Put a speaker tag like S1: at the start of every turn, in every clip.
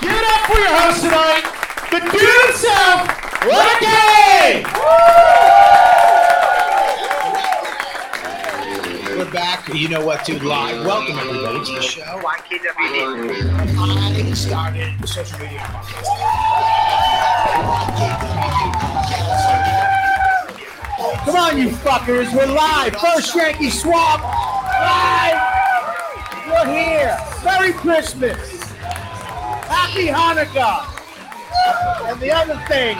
S1: Give it up for your host tonight, the dude himself, Lucky!
S2: We're back. You know what, dude? Live. Welcome everybody to the show. I KWD. I started the social media podcast. KWD. Come on, you fuckers. We're live. First Yankee Swamp. Live. We're here. Merry Christmas. Happy Hanukkah! And the other thing,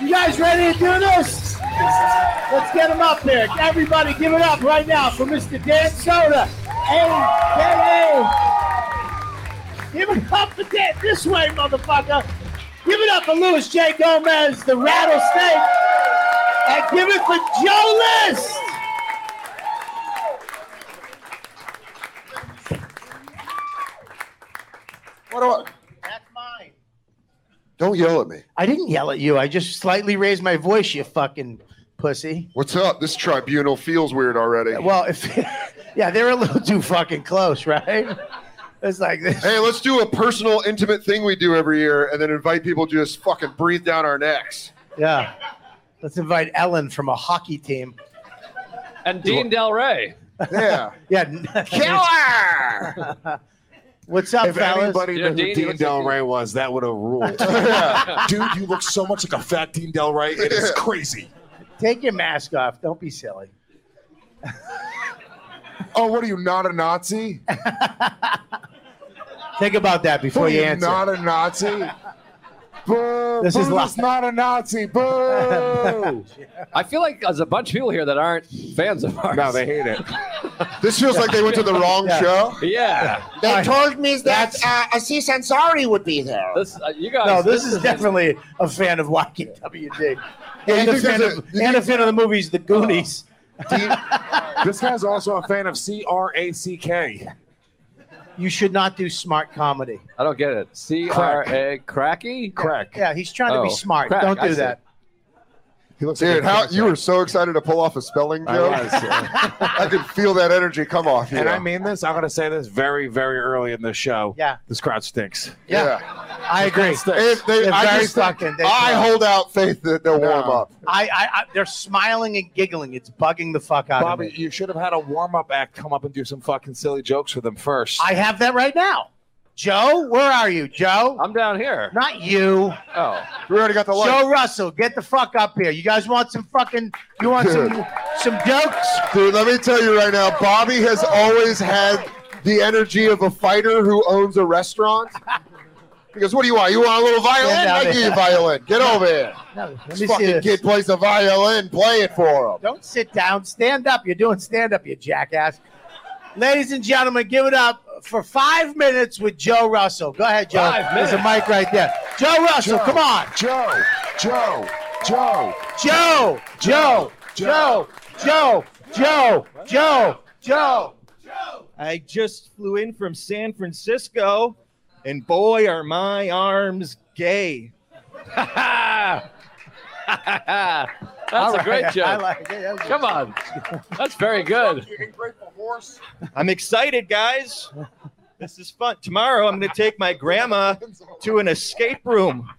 S2: you guys ready to do this? Let's get them up there. Everybody give it up right now for Mr. Dan Soda, AKA. Give it up for Dan this way, motherfucker. Give it up for Louis J. Gomez, the rattlesnake. And give it for Joe List.
S1: What do
S2: I? That's mine.
S3: Don't yell at me.
S2: I didn't yell at you. I just slightly raised my voice. You fucking pussy.
S3: What's up? This tribunal feels weird already.
S2: Well, if yeah, they're a little too fucking close, right? It's like this.
S3: Hey, let's do a personal, intimate thing we do every year, and then invite people to just fucking breathe down our necks.
S2: Yeah. Let's invite Ellen from a hockey team.
S4: And Dean Del Rey.
S3: Yeah.
S2: yeah.
S3: Killer.
S2: What's up,
S5: if
S2: fellas?
S5: anybody knew who Dean, Dean Del Rey was, that would have ruled. Dude, you look so much like a fat Dean Del Rey. It is crazy.
S2: Take your mask off. Don't be silly.
S3: oh, what are you, not a Nazi?
S2: Think about that before
S3: what
S2: you, answer.
S3: Not a Nazi? Boo, this Buddha's is live. not a Nazi. Boo!
S4: I feel like there's a bunch of people here that aren't fans of ours.
S5: No, they hate it.
S3: this feels like they went to the wrong
S4: yeah.
S3: show.
S4: Yeah.
S6: They I, told me that uh, Aziz Ansari would be there.
S4: This, uh, you guys,
S2: no, this, this is, is, definitely a fan of YKWD. Yeah, and, a fan, of, a, and a fan of the movies The Goonies.
S5: Oh. You, this guy's also a fan of C-R-A-C-K.
S2: You should not do smart comedy.
S4: I don't get it. C R A cracky
S5: crack.
S2: Yeah, he's trying oh, to be smart. Crack, don't do that.
S3: He looks Dude, like how you were so excited to pull off a spelling joke. I, was, yeah. I could feel that energy come off you.
S5: And I mean this. I'm gonna say this very, very early in the show.
S2: Yeah,
S5: this crowd stinks.
S2: Yeah, yeah. I agree. If
S3: they,
S2: they're
S3: I,
S2: just, fucking,
S3: they I hold out faith that they'll no. warm up.
S2: I, I, I, they're smiling and giggling. It's bugging the fuck out
S5: Bobby,
S2: of me.
S5: you should have had a warm up act come up and do some fucking silly jokes for them first.
S2: I have that right now. Joe, where are you, Joe?
S4: I'm down here.
S2: Not you.
S4: Oh,
S3: we already got the light.
S2: Joe Russell, get the fuck up here. You guys want some fucking? You want Dude. some some jokes?
S3: Dude, let me tell you right now, Bobby has always had the energy of a fighter who owns a restaurant. He goes, "What do you want? You want a little violin? I give you a violin. Get over here. No, this fucking this. kid plays a violin. Play it for him.
S2: Don't sit down. Stand up. You're doing stand up, you jackass." Ladies and gentlemen, give it up for five minutes with Joe Russell. Go ahead, Joe.
S4: Five minutes.
S2: There's a mic right there. Joe Russell,
S5: Joe,
S2: come on.
S5: Joe, Joe, Joe,
S2: Joe, Joe, Joe, Joe, Joe, Joe, Joe.
S7: I just flew in from San Francisco, and boy, are my arms gay.
S4: That's right. a great joke. Like Come on. That's very good.
S7: I'm excited, guys. This is fun. Tomorrow, I'm going to take my grandma to an escape room.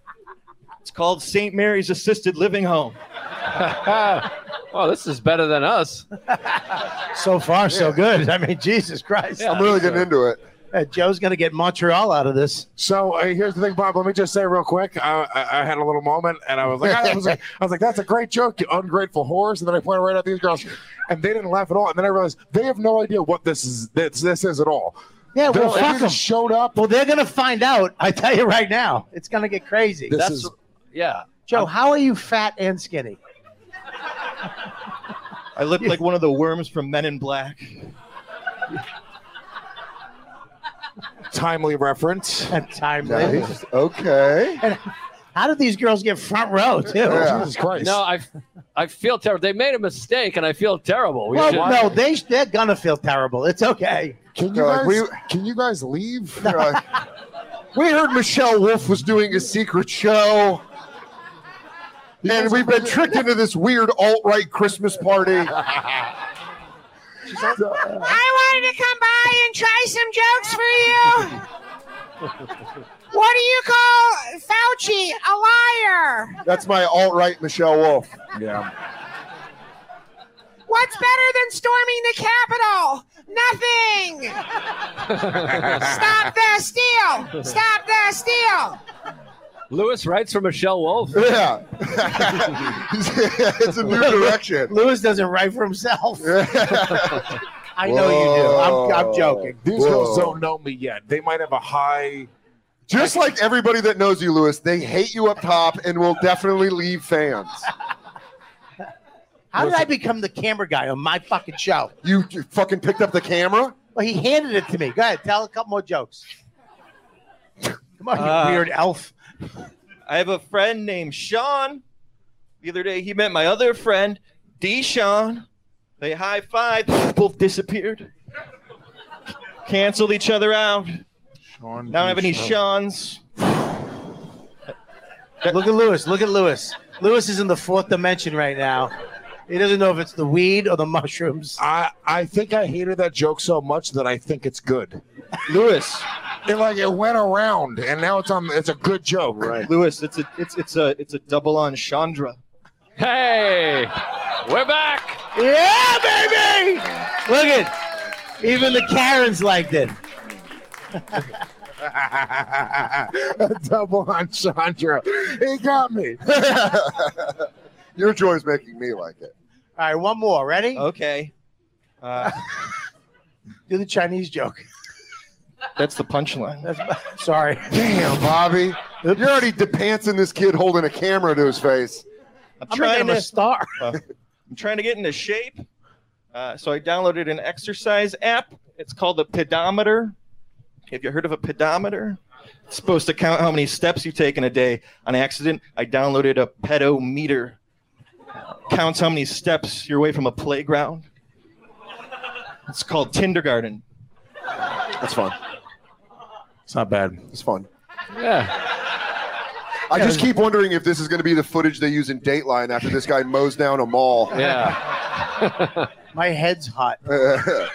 S7: It's called St. Mary's Assisted Living Home.
S4: oh, this is better than us.
S2: so far, yeah. so good. I mean, Jesus Christ.
S3: Yeah, I'm really getting good. into it.
S2: Uh, Joe's going to get Montreal out of this.
S5: So uh, here's the thing, Bob. Let me just say real quick. I, I, I had a little moment, and I was, like, I was like, I was like, that's a great joke, you ungrateful whores. And then I pointed right at these girls, and they didn't laugh at all. And then I realized they have no idea what this is. This, this is at all.
S2: Yeah, well,
S5: they,
S2: fuck
S5: they showed up.
S2: Well, they're going to find out. I tell you right now, it's going to get crazy.
S5: This that's, is,
S4: yeah.
S2: Joe, I'm, how are you fat and skinny?
S7: I look like one of the worms from Men in Black.
S5: timely reference.
S2: And timely. Nice.
S3: Okay.
S2: And how did these girls get front row too?
S5: Yeah. Jesus Christ!
S4: No, I, I feel terrible. They made a mistake, and I feel terrible.
S2: We well, should... no, they they're gonna feel terrible. It's okay.
S5: Can you guys? We, can you guys leave?
S3: like, we heard Michelle Wolf was doing a secret show. And we've been tricked into this weird alt-right Christmas party.
S6: I wanted to come by and try some jokes for you. What do you call Fauci a liar?
S3: That's my alt right Michelle Wolf.
S5: Yeah.
S6: What's better than storming the Capitol? Nothing. Stop the steal. Stop the steal.
S4: Lewis writes for Michelle Wolf.
S3: Yeah. it's a new direction.
S2: Lewis doesn't write for himself. I know you do. I'm, I'm joking.
S5: These
S3: Whoa.
S5: girls don't know me yet. They might have a high.
S3: Just like everybody that knows you, Lewis, they hate you up top and will definitely leave fans.
S2: How did I become the camera guy on my fucking show?
S3: You fucking picked up the camera?
S2: Well, he handed it to me. Go ahead, tell a couple more jokes. Come on, you
S7: Uh,
S2: weird elf.
S7: I have a friend named Sean. The other day, he met my other friend, Deshaun. They high five, both disappeared, canceled each other out.
S5: Sean
S7: Now I don't have any Sean's.
S2: Look at Lewis. Look at Lewis. Lewis is in the fourth dimension right now. He doesn't know if it's the weed or the mushrooms.
S5: I, I think I hated that joke so much that I think it's good.
S7: Lewis,
S5: It like it went around and now it's on it's a good joke. Right.
S7: Lewis, it's a it's it's a it's a double entendre.
S4: Hey, we're back.
S2: Yeah, baby! Look at even the Karens liked it.
S5: Double entendre. He got me.
S3: Your joy's making me like it.
S2: All right, one more. Ready?
S7: Okay, uh,
S2: Do the Chinese joke.
S7: that's the punchline.
S2: That's sorry.
S3: Damn, Bobby. You're already depancing this kid holding a camera to his face.
S7: I'm
S2: I'm making
S7: trying
S2: him a
S7: to Uh,
S2: star.
S7: I'm trying to get into shape. Uh, so I downloaded an exercise app. It's called the pedometer. Have you heard of a pedometer? It's supposed to count how many steps you take in a day. On accident, I downloaded a pedometer. Counts how many steps you're away from a playground. It's called kindergarten.
S3: That's fun.
S5: It's not bad.
S3: It's fun.
S4: Yeah.
S3: I just keep wondering if this is going to be the footage they use in Dateline after this guy mows down a mall.
S4: Yeah.
S2: My head's hot.
S3: Joe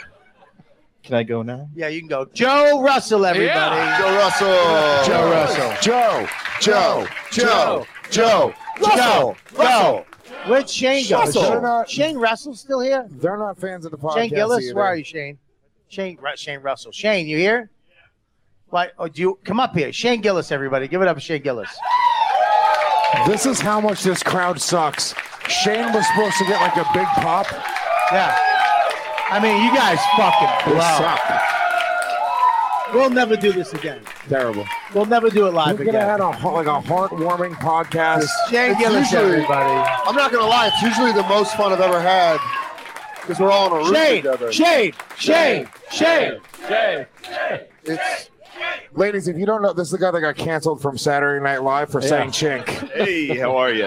S7: Can I go now?
S2: Yeah, you can go. Joe Russell, everybody.
S3: Russell.
S5: Joe Russell. Joe.
S3: Joe. Joe. Joe.
S2: Russell.
S3: Joe.
S2: Where'd Shane go? Is
S3: Russell.
S2: Shane-
S5: Not-
S2: Shane Russell's still here?
S5: They're not fans of the podcast.
S2: Shane Gillis,
S5: either.
S2: where are you, Shane? Shane, Ru- Shane Russell. Shane, you here? Why? Oh, do you come up here, Shane Gillis? Everybody, give it up, for Shane Gillis.
S5: This is how much this crowd sucks. Shane was supposed to get like a big pop.
S2: Yeah. I mean, you guys fucking
S5: They
S2: blow.
S5: suck.
S2: We'll never do this again.
S5: Terrible.
S2: We'll never do it
S5: We're
S2: live
S5: gonna have
S2: again.
S5: a heart- like a heartwarming podcast.
S2: Shane
S3: It's
S2: Gillis,
S3: usually-
S2: everybody.
S3: I'm not going to lie. It's usually the most fun I've ever had because we're all in a room
S2: Shane,
S3: together.
S2: Shane, Shane, Shane.
S4: Hey.
S3: It's,
S5: Ladies, if you don't know, this is the guy that got canceled from Saturday Night Live for saying chink.
S7: Hey, how are you?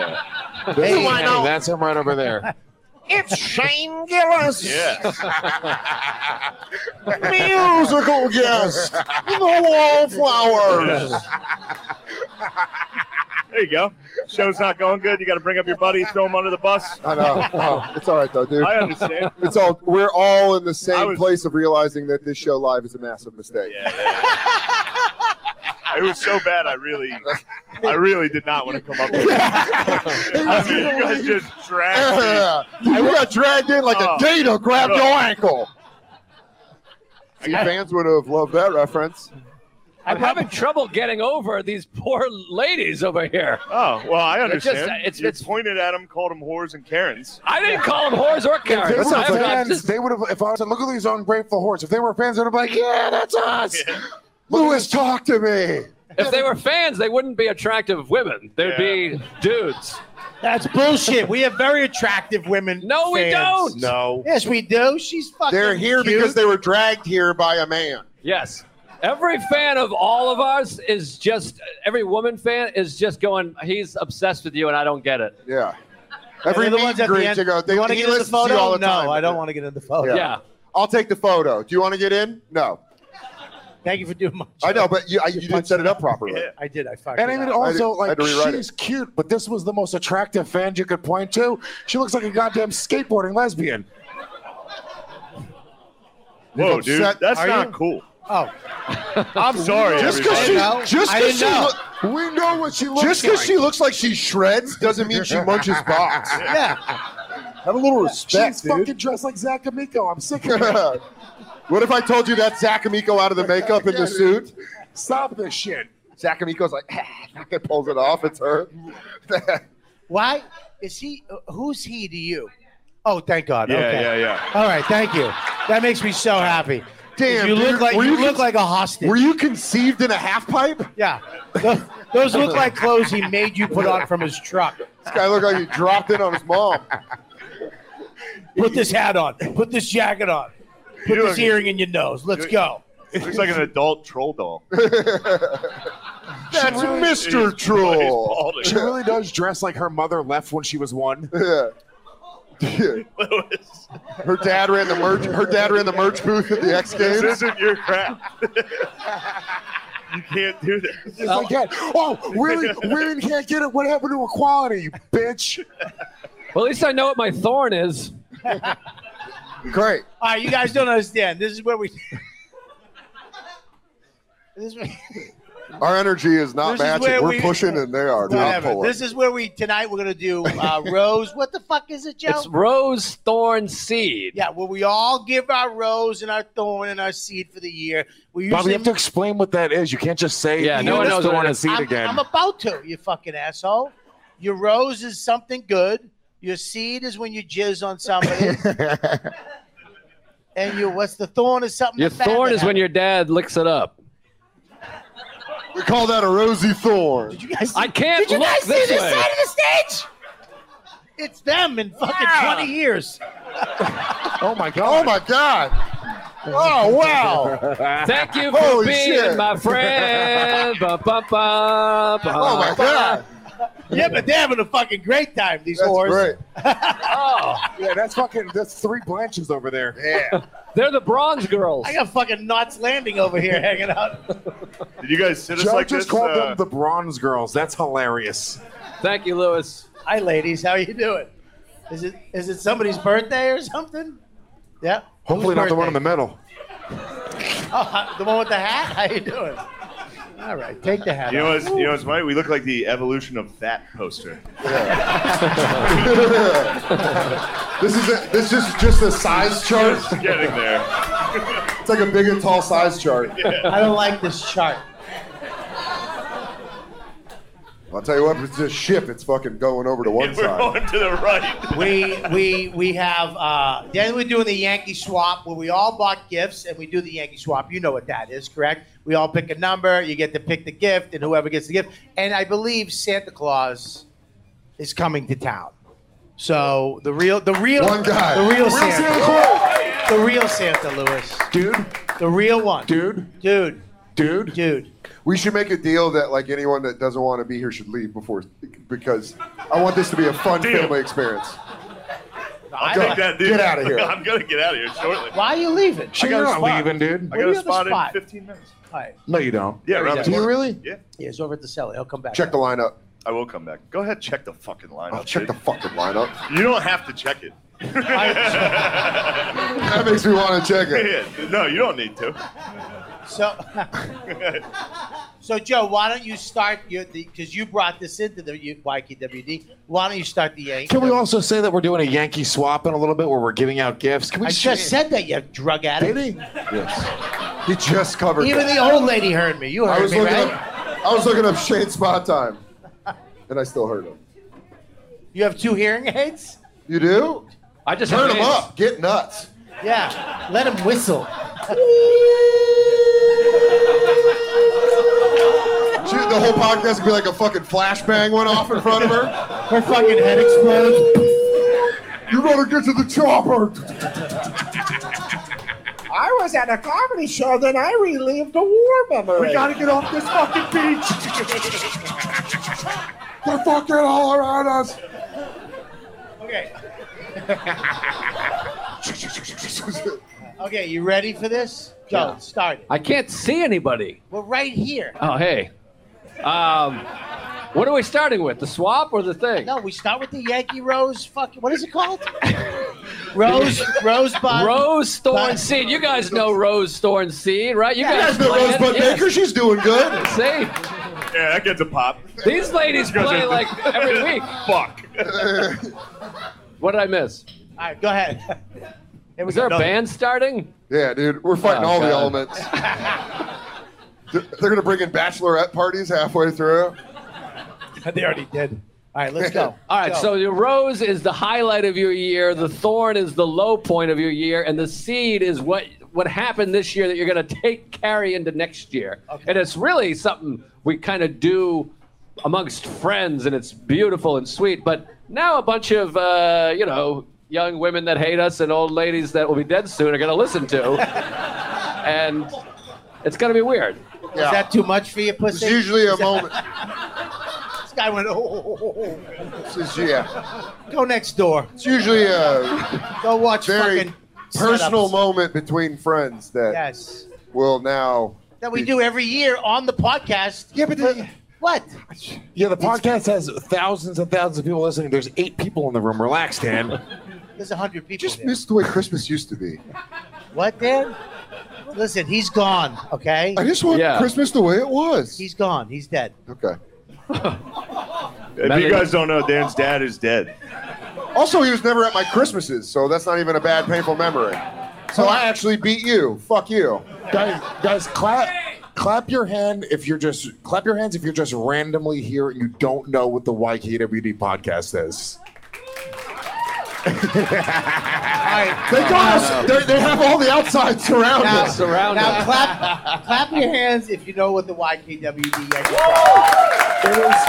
S5: This-
S6: Hey, why not?
S5: that's him right over there.
S6: It's Shane Gillis.
S3: musical guest, the wallflowers.
S8: There you go. Show's not going good. You got to bring up your buddy, throw him under the bus.
S3: I know. Oh, it's all right though, dude.
S8: I understand.
S3: It's all. We're all in the
S8: I
S3: same
S8: was-
S3: place of realizing that this show live is a massive mistake.
S8: It was so bad. I really, I really did not want to come up with it. I mean, you guys just dragged me.
S3: Yeah. You got dragged in like a
S8: Oh.
S3: gator grabbed
S8: Oh.
S3: your ankle. See, fans would have loved that reference.
S4: I'm having trouble getting over these poor ladies over here.
S8: Oh well, I
S4: It's just- uh,
S8: understand.
S4: it's-
S8: you
S4: it's-
S8: pointed at him, called him whores and Karens.
S4: I didn't call them whores or
S5: They were
S4: Karens. I
S3: sounds
S4: was
S3: like-
S4: I'm
S5: fans.
S4: just-
S5: They would have. If I said, "Look at these ungrateful hordes," if they were fans, they'd have been like, "Yeah, that's us."
S3: Lewis, talk to me.
S4: If they were fans, they wouldn't be attractive women. They'd
S8: Yeah.
S4: be dudes.
S2: That's bullshit. We have very attractive women.
S4: No, we
S2: fans.
S4: don't.
S8: No.
S2: Yes, we do. She's fucking.
S3: They're here
S2: cute.
S3: because they were dragged here by a man.
S4: Yes. Every fan of all of ours is just every woman fan is just going. He's obsessed with you, and I don't get it.
S3: Yeah.
S2: And
S3: Every
S2: they're the
S3: meet
S2: ones
S3: and
S2: at the
S3: greet,
S2: end-
S3: you go. They,
S2: You want to
S3: he
S2: get in the
S3: listens to you
S2: photo?
S3: all the
S2: no,
S3: time.
S2: I don't want to get in the photo.
S4: Yeah.
S3: I'll take the photo. Do you want to get in? No.
S2: Thank you for doing my.
S3: I
S2: job.
S3: know, but you, I, you didn't set it up properly.
S8: Yeah.
S2: I did. I fucked
S5: And
S2: it
S5: I mean,
S2: up.
S5: also,
S3: I had
S5: like,
S3: to rewrite it.
S5: she's cute, but this was the most attractive fan you could point to. She looks like a goddamn skateboarding lesbian.
S8: Whoa,
S3: upset-
S8: dude, that's
S3: Are
S8: not
S3: you?
S8: cool.
S2: Oh,
S8: I'm sorry.
S3: Just because
S8: everybody.
S3: she,
S2: know.
S3: just
S2: I
S3: because
S2: didn't
S3: she,
S2: know.
S3: look,
S5: We know what she looks
S3: just
S5: like.
S3: because she looks like she shreds doesn't mean she munches box.
S2: yeah. Have a little respect,
S5: She's
S2: dude.
S5: fucking dressed like Zach Amico. I'm sick of it.
S3: what if I told you that's Zach Amico out of the makeup in the suit?
S5: Stop this shit.
S3: Zach Amico's like, fucking pulls it off. It's her.
S2: Why is he? Who's he to you? Oh, thank God.
S8: Yeah,
S2: okay.
S8: yeah, yeah.
S2: All right, thank you. That makes me so happy.
S3: Damn,
S2: you look
S3: dude,
S2: like
S3: were
S2: you
S3: you
S2: look
S3: cons-
S2: like a hostage.
S3: Were you conceived in a half pipe? This
S2: yeah, those, those look like clothes he made you put on from his truck.
S3: guy looked like he dropped in on his mom.
S2: Put this hat on. Put this jacket on. Put
S8: You
S2: this
S8: look-
S2: earring in your nose. Let's
S8: you-
S2: go.
S8: Looks like an adult troll doll.
S3: That's Mr.
S8: He's- he's
S3: Troll.
S8: balding.
S5: She really does dress like her mother left when she was one.
S3: Yeah. Yeah.
S8: Lewis,
S3: Her dad ran the merch. Her dad ran the merch booth at the X
S8: this
S3: Games.
S8: isn't your crap. you can't do this.
S5: It's like, Dad, oh, really? Women can't get it. What happened to equality, you bitch?
S4: Well, at least I know what my thorn is.
S3: Great.
S2: All right, you guys don't understand. This is where we. this is where-
S3: Our energy is not
S2: This is
S3: matching.
S2: where
S3: We're
S2: we-
S3: pushing, and they are not
S2: whatever.
S3: pulling.
S2: This is where we tonight we're gonna do uh, rose. What the fuck is it, Joe?
S4: It's rose thorn seed.
S2: yeah, where we all give our rose and our thorn and our seed for the year. We
S5: Bobby,
S2: usually
S5: you have to explain what that is. You can't just say,
S4: Yeah, no one knows what
S5: want
S4: it
S5: to
S4: is.
S5: see it
S2: I'm,
S5: again.
S2: I'm about to, you fucking asshole. Your rose is something good. Your seed is when you jizz on somebody. and your what's the thorn is something.
S4: Your
S2: bad
S4: thorn
S2: that
S4: is when your dad licks it up.
S3: we call that a rosy thorn.
S2: happened. You guys see-
S4: I can't
S2: Did you
S4: look
S2: guys
S4: this
S2: see this
S4: way.
S2: side of the stage? It's them in fucking 20 years.
S5: oh my
S3: Oh
S5: god!
S3: my god. Oh wow.
S4: Thank you for
S3: Holy
S4: being
S3: shit.
S4: my friend. Ba, ba, ba, ba,
S3: Oh my
S4: ba.
S3: god.
S2: Yeah, but they're having a fucking great time, these
S3: That's
S2: whores.
S3: great.
S4: Oh,
S5: Yeah, that's fucking. That's three Blanches over there.
S3: Yeah.
S4: They're the bronze girls.
S2: I got fucking Knots Landing over here hanging out.
S8: Did you guys sit us
S5: Joe
S8: like
S5: just
S8: this?
S5: called
S8: uh,
S5: them the Bronze Girls. That's hilarious.
S4: Thank you, Lewis.
S2: Hi, ladies. How you doing? Is it is it somebody's birthday or something? Yeah.
S5: Hopefully
S2: Whose
S5: not the one in
S2: birthday?
S5: the middle.
S2: Oh, hi- the one with the hat? How you doing? All right, take the hat.
S8: You know
S2: off.
S8: what's you know what's funny? We look like the evolution of that poster.
S3: This is a, this is just a size chart.
S8: Just getting there.
S3: It's like a big and tall size chart.
S2: I don't like this chart.
S3: I'll tell you what, if it's a ship, it's fucking going over to one
S8: We're
S3: side.
S8: going to the right.
S2: We we we have uh, then we're doing the Yankee swap where we all bought gifts and we do the Yankee swap. You know what that is, correct? We all pick a number. You get to pick the gift, and whoever gets the gift. And I believe Santa Claus is coming to town. So the real the real
S3: One guy.
S2: the real,
S3: Real
S2: Santa,
S3: Santa
S2: the real Santa Lewis,
S5: Dude,
S2: the real one,
S5: dude,
S2: dude,
S5: dude.
S2: dude.
S3: We should make a deal that like anyone that doesn't want to be here should leave before, because I want this to be a fun
S8: Deal.
S3: family experience.
S8: I'll take that dude.
S3: Get outta here.
S8: I'm gonna get out of here shortly.
S2: Why are you leaving?
S5: Sure,
S8: got
S5: you're
S8: a
S5: not
S8: spot.
S5: leaving, dude.
S8: I
S2: Where do
S8: got a
S2: you have a
S8: spot
S2: spot?
S8: in 15 minutes.
S2: All right.
S5: No, you don't.
S8: Yeah, around the
S3: Do you
S8: corner.
S3: really?
S8: Yeah,
S2: Yeah, he's over at the cellar. He'll come back.
S3: Check the lineup.
S8: I will come back. Go ahead, check the fucking lineup.
S3: I'll check the
S8: dude.
S3: fucking lineup.
S8: you don't have to check it.
S3: That makes me want to check it.
S8: Yeah, no, you don't need to.
S2: So, so Joe, why don't you start your because you brought this into the U- YKWd. Why don't you start the Yankees?
S5: Can we also say that we're doing a Yankee swap in a little bit where we're giving out gifts? Can we
S2: I just said that you drug
S5: Did
S2: addict.
S5: he?
S3: He just covered
S2: Even
S3: it.
S2: the old lady heard me. You heard
S3: I was
S2: me,
S3: looking
S2: right?
S3: up. I was looking up Shane Spot Time, and I still heard him.
S2: You have two hearing aids.
S3: You do?
S4: I just
S3: Turn
S4: heard
S3: him up. Get nuts.
S2: Yeah, let him whistle.
S3: She, the whole podcast would be like a fucking flashbang went off in front of her.
S2: Her fucking head explodes.
S3: You better get to the chopper.
S6: I was at a comedy show, then I relived a war memory.
S3: We gotta get off this fucking beach. They're fucking all around us.
S2: Okay, okay, you ready for this? Joe, start it.
S4: I can't see anybody.
S2: We're right here.
S4: Oh, hey. Um, what are we starting with? The swap or the thing?
S2: No, we start with the Yankee Rose. Fucking what is it called? Rose, Rosebud.
S4: Rose Thornseed. You guys know Rose Thornseed, right? You
S3: You guys know
S4: play it.
S3: Rosebud
S4: Yeah.
S3: Baker? She's doing good.
S4: See,
S8: Yeah, that gets a pop.
S4: these ladies play like every week.
S8: Fuck.
S4: What did I miss?
S2: All right, go ahead. Here we
S4: Is there
S2: go.
S4: a band starting?
S3: Yeah, dude, we're fighting
S4: Oh,
S3: all the
S4: God.
S3: elements. They're they're gonna bring in bachelorette parties halfway through.
S2: They already did. All right, let's go.
S4: All right, so the rose is the highlight of your year, the thorn is the low point of your year, and the seed is what what happened this year that you're going to take carry into next year. And it's really something we kind of do amongst friends, and it's beautiful and sweet. But now a bunch of uh, you know young women that hate us and old ladies that will be dead soon are going to listen to, and it's going to be weird.
S3: Yeah.
S2: Is that too much for you,
S3: It's
S2: pussy?
S3: usually a moment.
S2: This guy went, oh, oh, oh, oh,
S3: It's just- yeah,
S2: oh. go next door.
S3: it's usually a
S2: Go watch
S3: very
S2: fucking
S3: personal
S2: setups.
S3: moment between friends that
S2: Yes.
S3: will now.
S2: That we do every year on the podcast. Yeah, but what?
S5: Yeah, the podcast has thousands and thousands of people listening. There's eight people in the room. Relax, Dan.
S2: There's a hundred people.
S3: Just
S2: there.
S3: miss the way Christmas used to be.
S2: What, Dan? Listen, he's gone. Okay,
S3: I just want
S4: Yeah.
S3: Christmas the way it was.
S2: he's gone. He's dead.
S3: okay.
S8: If you guys don't know, Dan's dad is dead.
S3: Also, he was never at my Christmases, so that's not even a bad painful memory. So I actually beat you. Fuck you.
S5: guys, guys, clap, clap your hand if you're just clap your hands if you're just randomly here and you don't know what the YKWd podcast is.
S3: They got us. They they have all the outside surround
S2: Now,
S3: us.
S4: Surround
S2: now
S4: us.
S2: clap, clap your hands if you know what the YKWd is.
S5: It is.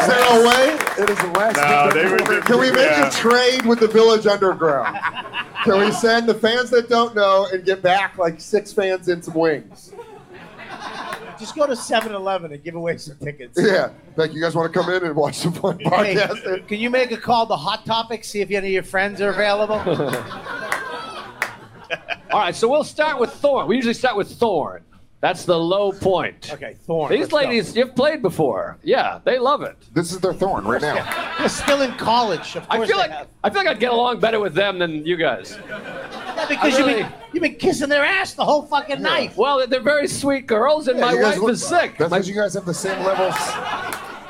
S3: Is there a way?
S5: It is less.
S8: No, they were-
S3: Can we make
S8: Yeah.
S3: a trade with the Village Underground? Can we send the fans that don't know and get back like six fans in some wings?
S2: Just go to 7-Eleven and give away some tickets.
S3: Yeah. Like, you guys want to come in and watch the fun
S2: Hey,
S3: podcast?
S2: can you make a call to Hot Topic? See if any of your friends are available.
S4: All right, so we'll start with Thorn. We usually start with Thorn. That's the low point.
S2: Okay, Thorn.
S4: These
S2: let's go.
S4: ladies, you've played before. Yeah, they love it.
S5: This is their thorn right now.
S2: They're still in college. Of course,
S4: I feel
S2: they
S4: like
S2: have.
S4: I feel like I'd get along better with them than you guys.
S2: Yeah, because
S4: I
S2: you've
S4: really-
S2: been you've been kissing their ass the whole fucking night.
S4: Well, they're very sweet girls, and my
S3: you guys
S4: wife
S3: look-
S4: is sick.
S5: That's
S4: My-
S5: because you guys have the same levels.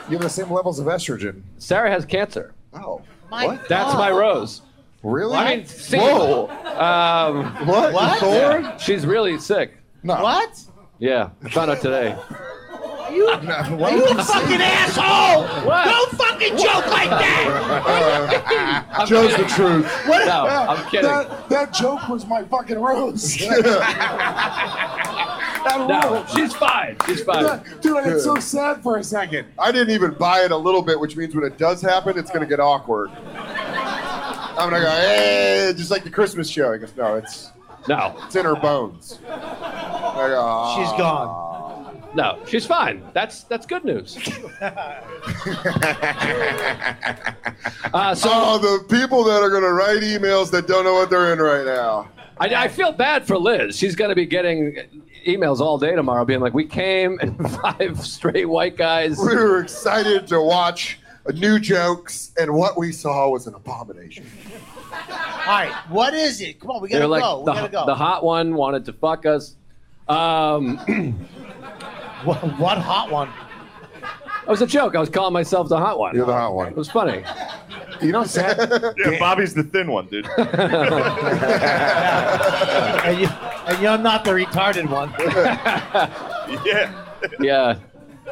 S5: You have the same levels of estrogen.
S4: Sarah has cancer.
S3: Oh.
S2: My
S3: What?
S4: That's
S2: God.
S4: my rose.
S5: Really?
S4: I mean, see,
S3: Whoa.
S4: Um,
S3: What?
S2: What?
S3: Thorn?
S4: she's really sick.
S5: no.
S2: What?
S4: Yeah, I found out today.
S5: No,
S2: Are
S5: why
S2: you
S5: would
S2: a
S5: you say-
S2: fucking asshole?
S4: What?
S2: Don't fucking joke like that.
S3: Joe's the truth.
S4: No, I'm kidding.
S5: That, that joke was my fucking rose. That
S4: No,
S5: rule.
S4: she's fine. She's fine.
S5: Dude, I got so sad for a second.
S3: I didn't even buy it a little bit, which means when it does happen, it's going to get awkward. I'm going to go, hey, just like the Christmas show. He goes, no, it's,
S4: No,
S3: it's in her bones. I go, "Ah, "Aw."
S2: She's gone.
S4: no, she's fine. That's that's good news. uh, so
S3: Oh, the people that are going to write emails that don't know what they're in right now.
S4: I, I feel bad for Liz. She's going to be getting emails all day tomorrow, being like, "We came and five straight white guys."
S3: We were excited to watch new jokes, and what we saw was an abomination.
S2: All right, what is it? Come on, we
S4: They're
S2: gotta
S4: like,
S2: go. We
S4: the,
S2: gotta go.
S4: the hot one wanted to fuck us. Um, it
S2: what, what hot one?
S4: was a joke. I was calling myself the hot one.
S5: You're the hot
S4: It
S5: one.
S4: was funny.
S5: You know, sad.
S8: Yeah, Bobby's the thin one, dude.
S2: And, you, and you're not the retarded one.
S8: Yeah.
S4: Yeah.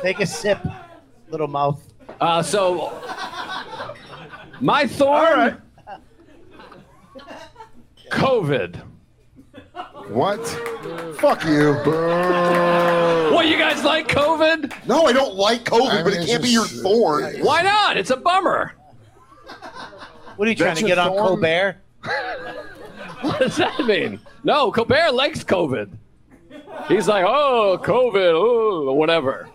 S2: Take a sip, little mouth.
S4: Uh, so my thorn. COVID.
S3: What? Fuck you.
S4: What you guys like COVID?
S3: No, I don't like COVID,
S5: I mean,
S3: but it
S5: it's
S3: can't be your
S5: just-
S3: thorn.
S4: Why not? It's a bummer.
S2: What are you trying
S5: That's
S2: to
S5: your
S2: get on
S5: thorn?
S2: Colbert?
S4: What does that mean? No, Colbert likes COVID. He's like, oh, COVID, oh, whatever.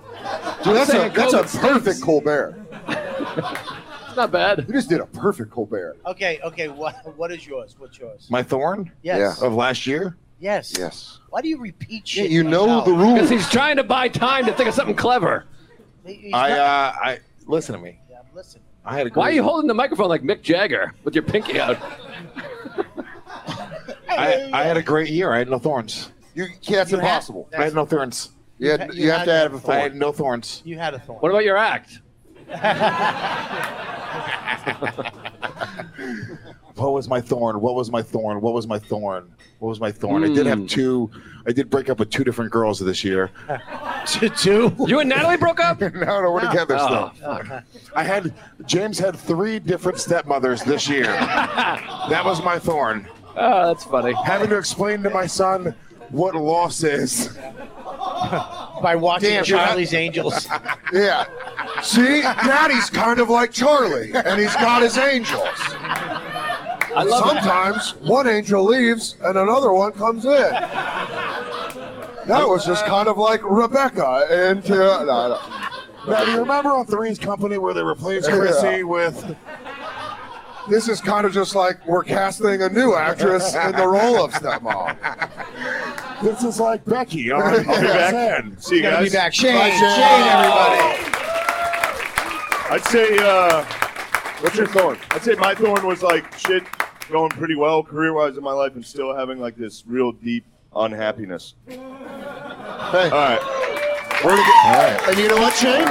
S3: Dude, that's a,
S4: saying
S3: that's a
S4: COVID
S3: perfect Colbert.
S4: It's not bad.
S3: You just did a perfect Colbert.
S2: Okay, okay. What what is yours? What's yours?
S5: my thorn
S2: Yes.
S5: of last year?
S2: Yes.
S3: Yes.
S2: Why do you repeat shit?
S3: you
S2: like
S3: know
S2: hell?
S3: the
S4: Because
S3: rules.
S4: he's trying to buy time to think of something clever.
S2: He- he's
S5: I,
S2: not-
S5: uh, I, listen to me.
S2: Yeah, listen.
S5: I had a
S4: Why are
S5: great-
S4: you holding the microphone like Mick Jagger with your pinky out?
S5: I, I had a great year. I had no thorns.
S3: You, that's
S2: You have-
S3: impossible.
S5: I had no thorns.
S3: You, had,
S2: You
S3: you have
S2: had-
S3: to have a
S5: I
S3: thorn.
S5: had no thorns.
S2: You had a thorn.
S4: What about your act?
S5: What was my thorn? What was my thorn? What was my thorn? What was my thorn? I did
S3: Mm.
S5: have two. I did break up with two different girls this year.
S2: Two.
S4: You and Natalie broke up?
S5: no, no,
S3: Ah,
S5: we're together
S4: Oh,
S5: still. I had James had three different stepmothers this year. that was my thorn.
S4: oh, that's funny.
S5: Having to explain to my son what loss is.
S2: By watching
S3: Damn, you're not-
S2: Charlie's Angels.
S3: Yeah. See, Daddy's kind of like Charlie, and he's got his angels.
S4: I love it.
S3: Sometimes one angel leaves and another one comes in. That was just kind of like Rebecca and uh, no, no.
S5: Now, do you remember on Three's Company where they replaced
S3: Yeah.
S5: Chrissy with?
S3: this is kind of just like we're casting a new actress in the role of stepmom.
S5: This is like Becky on I'll be back.
S8: See you
S2: Gotta
S8: guys.
S2: be back. Shane.
S3: Bye, Shane.
S2: Shane, uh, everybody.
S8: I'd say, uh, what's your thorn? I'd say my thorn was like shit going pretty well career wise in my life and still having like this real deep unhappiness. All right.
S3: We're gonna get- And you know what, Shane?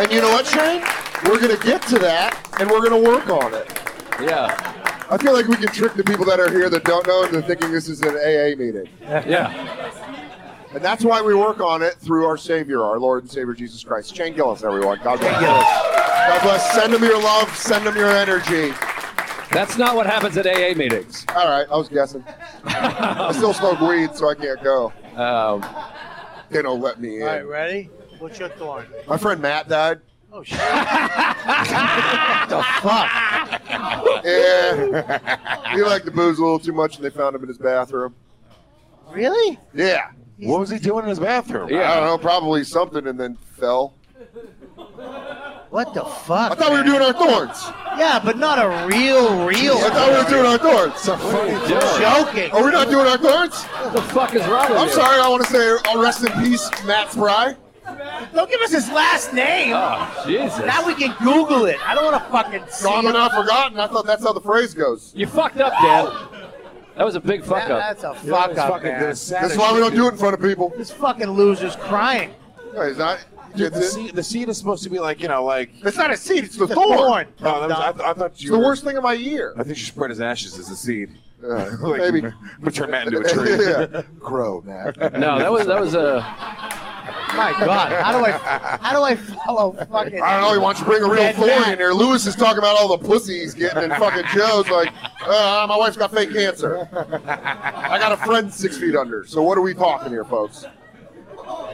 S3: And you know what, Shane? We're gonna get to that, and we're gonna work on it.
S4: Yeah.
S3: I feel like we can trick the people that are here that don't know into thinking this is an AA meeting.
S4: Yeah.
S3: And that's why we work on it through our Savior, our Lord and Savior Jesus Christ. Shane Gillis, everyone. God bless. God bless. Send them your love. Send them your energy.
S4: That's not what happens at AA meetings.
S3: All right, I was guessing. I still smoke weed, so I can't go.
S4: Um,
S3: They don't let me in.
S2: All right, ready? What's your thorn?
S3: My friend Matt died.
S2: Oh, shit.
S3: Yeah. he liked the booze a little too much, and they found him in his bathroom.
S2: Really?
S3: Yeah.
S5: What was he doing in his bathroom?
S3: I don't
S4: yeah.
S3: know, probably something, and then fell.
S2: What the fuck?
S3: I thought we were
S2: man?
S3: doing our thorns.
S2: Yeah, but not a real, real.
S3: I thought we were doing our thorns.
S2: Joking.
S3: Are we not doing our thorns?
S4: What the fuck is wrong with
S3: I'm
S4: you?
S3: sorry. I want to say uh, rest in peace, Matt Fry.
S2: Don't give us his last name.
S4: Oh, Jesus.
S2: Now we can Google it. I don't want to fucking see
S3: Gone but
S2: it.
S3: not forgotten. I thought that's how the phrase goes.
S4: You fucked up, Dan. That was a big fuck
S2: That-
S4: up.
S2: that's a fuck up, man. This.
S3: That's why we don't do it in front of people.
S2: fucking loser's crying.
S3: No, It's not.
S5: Dude, the,
S3: It's,
S5: seed, the seed is supposed to be like, you know, like.
S3: it's not a seed. It's the
S2: The
S3: thorn.
S2: thorn.
S5: Oh, that was, I, th- I thought
S3: It's
S5: you.
S3: the
S5: were-
S3: worst thing of my year.
S5: I think you spread his ashes as a seed.
S3: Uh,
S5: Like,
S3: maybe.
S5: Mature Matt into a tree.
S3: Yeah. Grow, Matt.
S4: No, that was that was a.
S2: My God, how do I, how do I follow fucking?
S3: I don't know. He wants to bring a real
S2: Dead
S3: thorn
S2: Matt.
S3: in there. Lewis is talking about all the pussy he's getting, and fucking Joe's like, uh, my wife's got fake cancer. I got a friend six feet under. So what are we talking here, folks?
S4: Wow.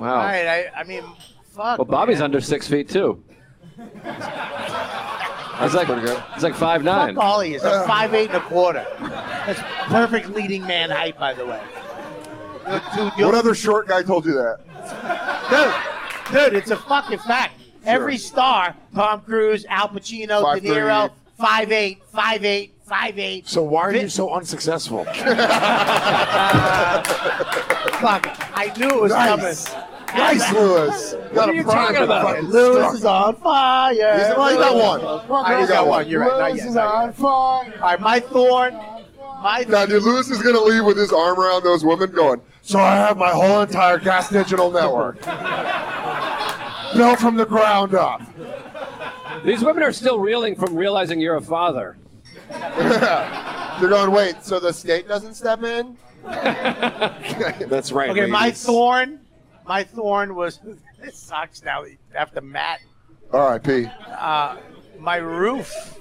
S2: All right, I, I mean, fuck.
S4: Well, Bobby's
S2: man.
S4: under six feet too. It's like it's like five nine.
S2: Fuck all he is. I'm five eight and a quarter. That's perfect leading man height, by the way. You're too- you're-
S3: What other short guy told you that?
S2: dude, dude, it's a fucking fact. Every star, Tom Cruise, Al Pacino,
S3: Five
S2: De Niro, five eight, five eight, five eight.
S5: So why are you so unsuccessful?
S2: Fuck, I knew it was
S3: Nice.
S2: coming.
S3: Nice, Lewis. Got a
S4: are you
S3: prime
S4: talking
S3: for
S4: about?
S3: fucking
S2: Lewis
S3: strong.
S2: is on fire.
S3: He's the one. You got one.
S2: I
S3: You
S2: just got one. You're right. Not
S5: This
S2: yet.
S5: is
S2: Not
S5: on fire.
S2: yet. All right, my thorn. My
S3: Now, dude, Lewis is gonna leave with his arm around those women, going. So I have my whole entire gas digital network built from the ground up.
S4: These women are still reeling from realizing you're a father.
S3: They're going, wait. So the state doesn't step in?
S5: That's right.
S2: okay, my
S5: ladies.
S2: thorn. My thorn was. This sucks now after Matt.
S3: R.I.P.
S2: My roof.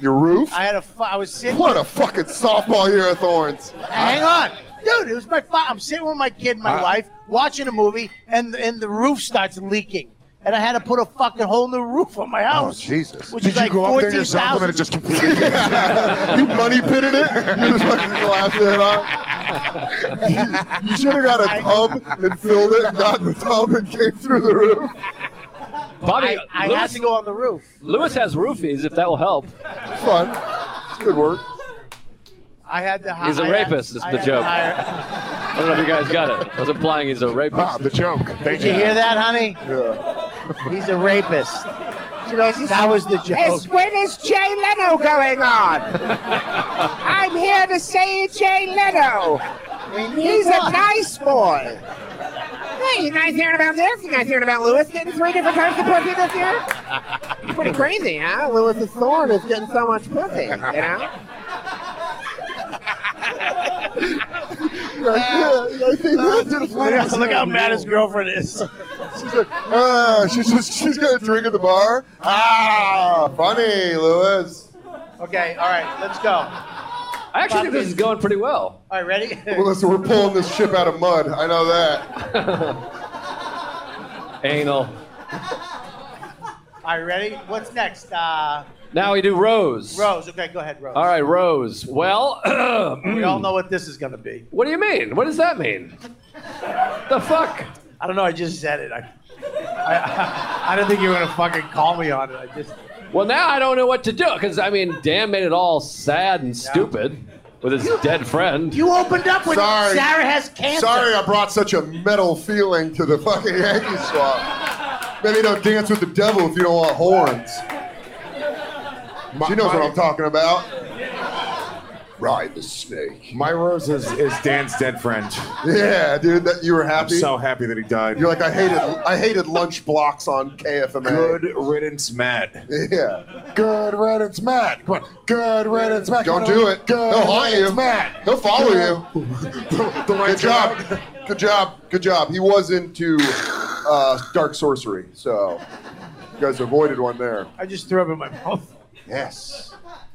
S3: Your roof?
S2: I had a. fu- I was sitting.
S3: What a fucking softball here at Thorns.
S2: Hang on, dude. It was my. Fu- I'm sitting with my kid, and my
S5: Uh-huh.
S2: wife, watching a movie, and and the roof starts leaking, and I had to put a fucking whole new roof on my house.
S3: "Oh, Jesus.
S2: Which
S5: Oh, Did
S2: is
S5: you
S2: like
S5: go up there yourself
S2: 14,000.
S5: and it just completely?
S3: you money pitted it? You just fucking collapsed it on. You, you should have got a tub and filled it, got the tub and came through the roof.
S4: Bobby,
S2: I, I had
S4: Lewis,
S2: to go on the roof.
S4: Lewis has roofies. If that will help.
S3: It's fun. It's good work.
S2: I had to. hi-
S4: He's a
S2: I had-
S4: rapist, is
S2: I
S4: the
S2: had
S4: joke.
S2: to hire-
S4: I don't know if you guys got it. I was implying he's a rapist.
S5: ah, the joke.
S2: Did
S5: Thank
S2: you hear that, honey?
S3: Yeah.
S2: He's a rapist.
S6: You know, it's-
S2: That was the joke.
S6: It's, when is Jay Leno going on? I'm here to say Jay Leno. He's a nice boy. Hey, you guys hearing about this? You guys hearing about Lewis getting three different types of pussy this year? Pretty crazy, huh? Lewis the Thorn is getting so much pussy, you know?
S2: Look how mad his girlfriend is.
S3: Ah, she's just she's got a drink at the bar. Ah, funny, Lewis.
S2: Okay, all right, let's go. All
S4: I actually think this is going pretty well.
S2: right, ready?
S3: Well, listen, we're pulling this ship out of mud. I know that.
S4: Anal.
S2: All right, ready? What's next? Uh,
S4: Now we do Rose.
S2: Rose. Okay, go ahead, Rose.
S4: All right, Rose. Well,
S2: We all know what this is going to be.
S4: what do you mean? What does that mean? the fuck?
S2: I don't know. I just said it. I, I, I don't think you were going to fucking call me on it. I just.
S4: Well, now I don't know what to do because I mean, Dan made it all sad and stupid with his dead friend.
S2: You opened up with
S3: Sorry.
S2: Sarah has cancer.
S3: Sorry, I brought such a metal feeling to the fucking Yankee swap. Maybe don't dance with the devil if you don't want horns. She knows what I'm talking about. Ride the snake.
S5: My rose is, is Dan's dead friend.
S3: Yeah, dude, that you were
S5: I'm
S3: happy.
S5: so happy that he died.
S3: You're like I hated I hated lunch blocks on KFMA.
S5: good riddance, Matt.
S3: Yeah.
S5: Good riddance, Matt. Come on. Good riddance, Matt. Come
S3: Don't
S5: on.
S3: do it.
S5: Good
S3: He'll haunt
S5: riddance,
S3: you.
S5: Matt.
S3: He'll follow you.
S5: The
S3: Good
S5: lights are
S3: job.
S5: out.
S3: Good job. Good job. He was into uh, dark sorcery, so you guys avoided one there.
S2: I just threw up in my mouth.
S3: Yes.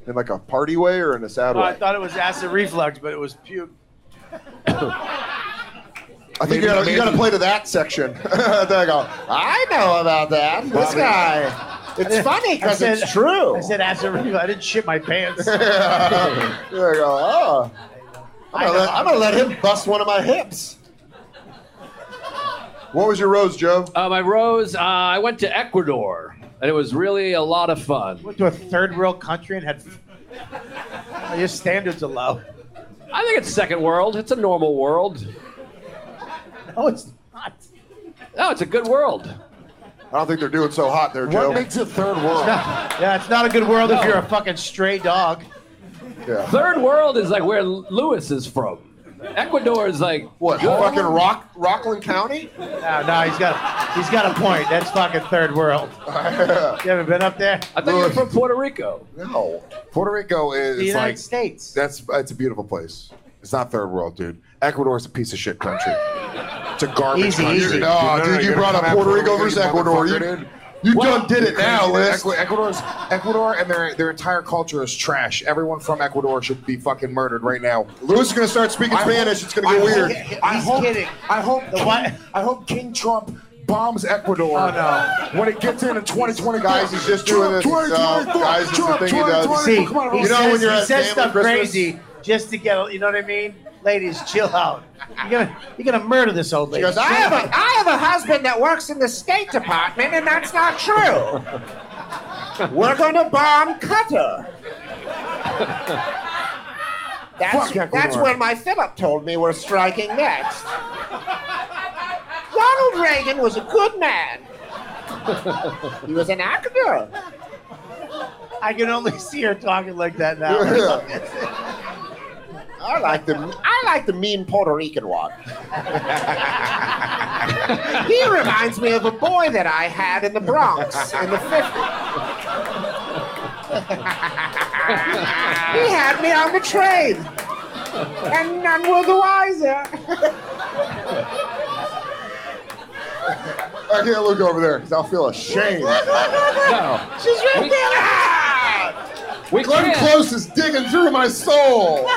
S3: In like a party way or in a sad way?
S2: I thought it was acid reflux, but it was puke.
S3: I think you gotta, you gotta play to that section. there you go. I know about that. This guy. It's funny because
S2: I
S3: it's
S2: said-
S3: true.
S2: I said acid reflux. I didn't shit my pants.
S3: there you go. Oh. I'm, gonna let, I'm gonna let him bust one of my hips. What was your rose, Joe?
S4: Uh, my Rose, uh, I went to Ecuador and it was really a lot of fun.
S2: Went to a third world country and had. Oh, Your standards are low.
S4: I think it's second world. It's a normal world.
S2: No, it's not.
S4: No, it's a good world.
S3: I don't think they're doing so hot there, Joe.
S5: What makes it third world?
S2: Yeah, it's not a good world
S4: No.
S2: if you're a fucking stray dog.
S3: yeah.
S4: Third world is like where Lewis is from. Ecuador is like
S3: What?
S4: good.
S3: Fucking Rock Rockland County?
S2: No, no, he's got a, he's got a point. That's fucking third world. You ever been up there?
S4: I think you're from Puerto Rico.
S3: No.
S5: Puerto Rico is
S2: The United
S5: like
S2: States.
S5: that's it's a beautiful place. It's not third world, dude. Ecuador is a piece of shit country. It's a garbage
S2: Easy,
S5: country.
S2: easy.
S5: dude.
S3: No, dude, you
S5: you're
S3: brought
S5: gonna
S3: up
S5: come at
S3: Puerto Rico versus Ecuador.
S5: motherfucker,
S3: You-
S5: dude.
S3: You done did it now, Liz.
S5: Ecu- Ecuador's Ecuador and their their entire culture is trash. Everyone from Ecuador should be fucking murdered right now.
S3: Lewis is gonna start speaking
S5: I hope-
S3: Spanish. It's gonna get
S5: I
S3: weird.
S5: hope- I
S2: He's
S5: hope,
S2: kidding.
S5: I hope.
S2: The what?
S5: I hope King Trump bombs Ecuador.
S2: Oh, no.
S5: When it gets in in 2020,
S3: Guys, he's just doing this.
S5: Trump,
S3: No,
S5: 2024,
S3: guys, it's the
S5: Trump,
S3: thing he does.
S5: 2024,
S2: See,
S5: come on,
S2: he
S5: everyone.
S3: You know
S2: says,
S3: when you're
S2: he
S3: at
S2: says
S3: family
S2: stuff
S3: Christmas?
S2: crazy just to get, a- you know what I mean? Ladies, chill out. You're gonna, you're gonna murder this old lady.
S3: goes, "Ah!"
S6: I have, a, I have a husband that works in the State Department, and that's not true. We're going to bomb Qatar. That's,
S5: Fuck Ecuador.
S6: that's when my Philip told me we're striking next. Ronald Reagan was a good man. He was an actor.
S2: I can only see her talking like that now.
S3: Yeah.
S6: I like the I like the mean Puerto Rican one. he reminds me of a boy that I had in the Bronx in the 50s. he had me on the train, and none were the wiser.
S3: I can't look over there because I'll feel ashamed.
S4: No,
S6: She's right there.
S4: we
S3: Glenn
S4: can't.
S3: Close is digging through my soul.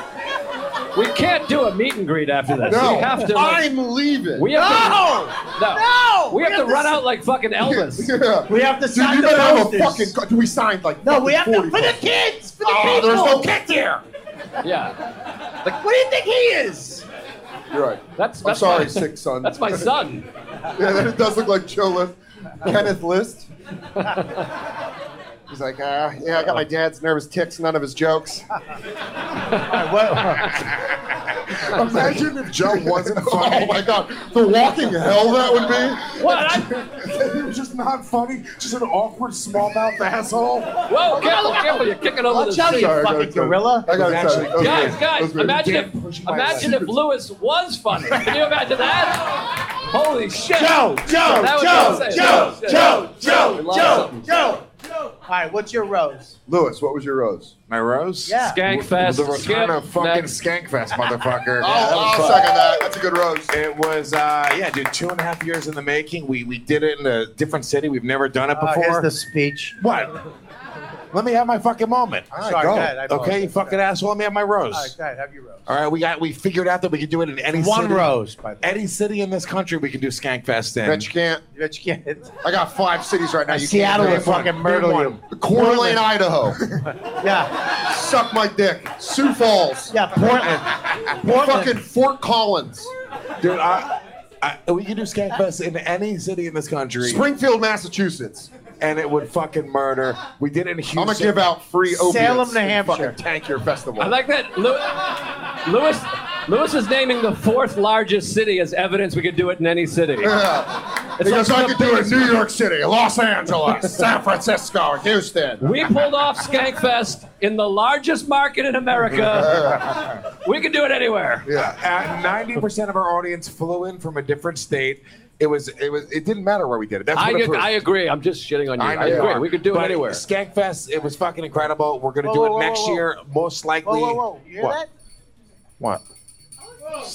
S4: We can't do a meet and greet after this.
S3: No,
S4: we have to. like,
S3: I'm leaving.
S4: we have
S2: Oh!
S4: to. No,
S2: No!
S4: We have,
S2: We
S4: to
S2: have
S4: run
S2: to-
S4: out like fucking Elvis.
S3: Yeah.
S2: We have to
S3: Dude,
S2: sign
S3: you
S2: the
S3: better have a
S2: posters.
S3: fucking. co- We signed like
S2: No, we have
S3: fucking
S2: to for
S3: 40
S2: the kids, for the
S3: Oh,
S2: people.
S3: there's no kids here.
S4: Yeah,
S2: What do you think he is?
S3: You're right.
S4: that's. that's
S3: I'm sorry,
S4: my,
S3: sick son.
S4: That's my son.
S3: yeah, that does look like Joe List. Kenneth List. He's like, uh, yeah, I got my dad's nervous ticks, none of his jokes.
S5: Imagine if Joe wasn't funny.
S3: Oh my god, the walking hell that would be.
S4: What? I,
S5: was just not funny. Just an awkward, small-mouthed asshole.
S4: Whoa, careful, careful, you're kicking over the
S2: Watch out,
S4: seat.
S2: you
S3: Sorry, I
S2: fucking
S3: gotta tell you.
S2: gorilla.
S3: I gotta tell you. that was good. That was
S4: Guys, guys,
S3: good.
S4: imagine
S5: Damn,
S4: if
S5: pushing my
S4: imagine if Lewis was funny. Can you imagine that? Holy shit!
S1: Joe, Joe,
S4: That was
S1: Joe, Joe,
S4: insane.
S1: Joe, Joe,
S4: Lots
S1: Joe,
S4: of-
S1: Joe.
S2: All right, what's your rose?
S3: Lewis, what was your rose?
S5: My rose.
S2: Yeah.
S4: Skankfest.
S5: The return
S4: Skip.
S5: of fucking
S4: Next.
S5: Skankfest,
S3: Oh,
S5: motherfucker.
S4: Oh,
S3: I'll, I'll second that. That's a good rose.
S5: It was, uh, yeah, dude, two and a half years in the making. We we did it in a different city. We've never done it
S2: Uh, here's
S5: before.
S2: the speech.
S5: what? Let me have my fucking moment.
S2: Sorry, go ahead. I
S5: okay, you
S2: apologize.
S5: fucking asshole. Let me have my rose.
S2: All right, go ahead, have your rose.
S5: All right, we got we figured out that we could do it in any
S2: One
S5: city.
S2: rose, by the way.
S5: Any city in this country we can do Skankfest in.
S3: Bet you can't.
S2: But you can't.
S3: I got five cities right now. You
S2: Seattle
S3: can't
S2: would fucking murder you.
S3: Corn Lane, Idaho.
S2: Yeah,
S3: Suck my dick. Sioux Falls.
S2: yeah, Portland.
S3: Fucking Fort Collins.
S5: Dude, I, I, we can do Skankfest in any city in this country,
S3: Springfield, Massachusetts.
S5: and it would fucking murder. We did it in Houston.
S3: I'm gonna give out free opiates.
S2: Salem, New
S3: and
S2: Hampshire.
S3: fucking Tank your festival.
S4: I like that. Lew- Lewis, Lewis is naming the fourth largest city as evidence we could do it in any city.
S3: Yeah.
S4: It's
S3: Because
S4: like
S3: I could do it in New York City, Los Angeles, San Francisco, and Houston.
S4: We pulled off Skankfest in the largest market in America. We can do it anywhere.
S3: Yeah.
S5: Ninety percent of our audience flew in from a different state. It was it was it didn't matter where we did it. That's what
S4: I,
S5: it proved.
S4: I agree. I'm just shitting on you. I,
S5: you
S4: agree.
S5: are.
S4: We could do it
S5: But
S4: anywhere.
S5: Skankfest, it was fucking incredible. We're gonna
S2: Whoa,
S5: do
S2: whoa,
S5: it
S2: whoa,
S5: next
S2: whoa.
S5: year, most likely.
S2: Whoa, whoa, whoa. You hear
S5: What?
S2: that?
S5: What?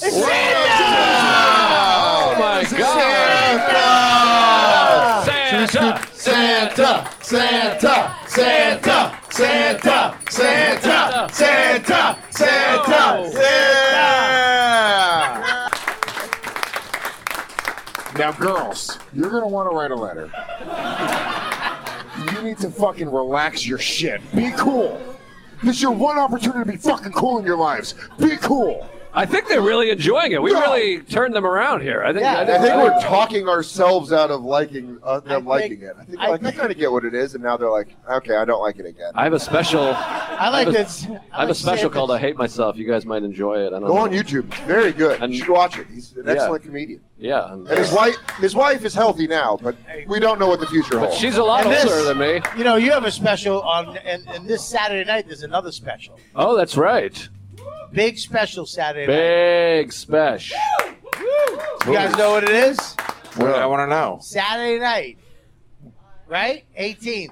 S4: Oh my God. Santa,
S3: Santa, Santa, Santa, Santa, Santa, Santa, Santa, Santa.
S5: Now, girls, you're gonna want to write a letter. you need to fucking relax your shit. Be cool. This is your one opportunity to be fucking cool in your lives. Be cool.
S4: I think they're really enjoying it. We
S5: No.
S4: really turned them around here. I think.
S2: Yeah,
S3: I think we're talking ourselves out of liking uh,
S2: I
S3: them
S2: think-
S3: liking it. I think
S2: I
S3: like I
S2: think-
S3: kind of get what it is, and now they're like, okay, I don't like it again.
S4: I have a special.
S2: I like
S4: I have a-
S2: this.
S4: I have a
S2: like
S4: special
S2: Santa's-
S4: called "I Hate Myself." You guys might enjoy it. I don't
S3: Go
S4: know.
S3: on YouTube. It's very good.
S4: And-
S3: you should watch it. He's an
S4: Yeah.
S3: excellent comedian.
S4: Yeah. and-
S3: And his wife, his wife is healthy now, but we don't know what the future
S4: But
S3: holds.
S4: she's a lot
S2: And this-
S4: older than me.
S2: You know, you have a special on, and, and this Saturday night there's another special.
S4: Oh, that's right.
S2: Big special Saturday night.
S4: Big spesh.
S2: You guys know what it is?
S5: What, I want to know.
S2: Saturday night, right? 18.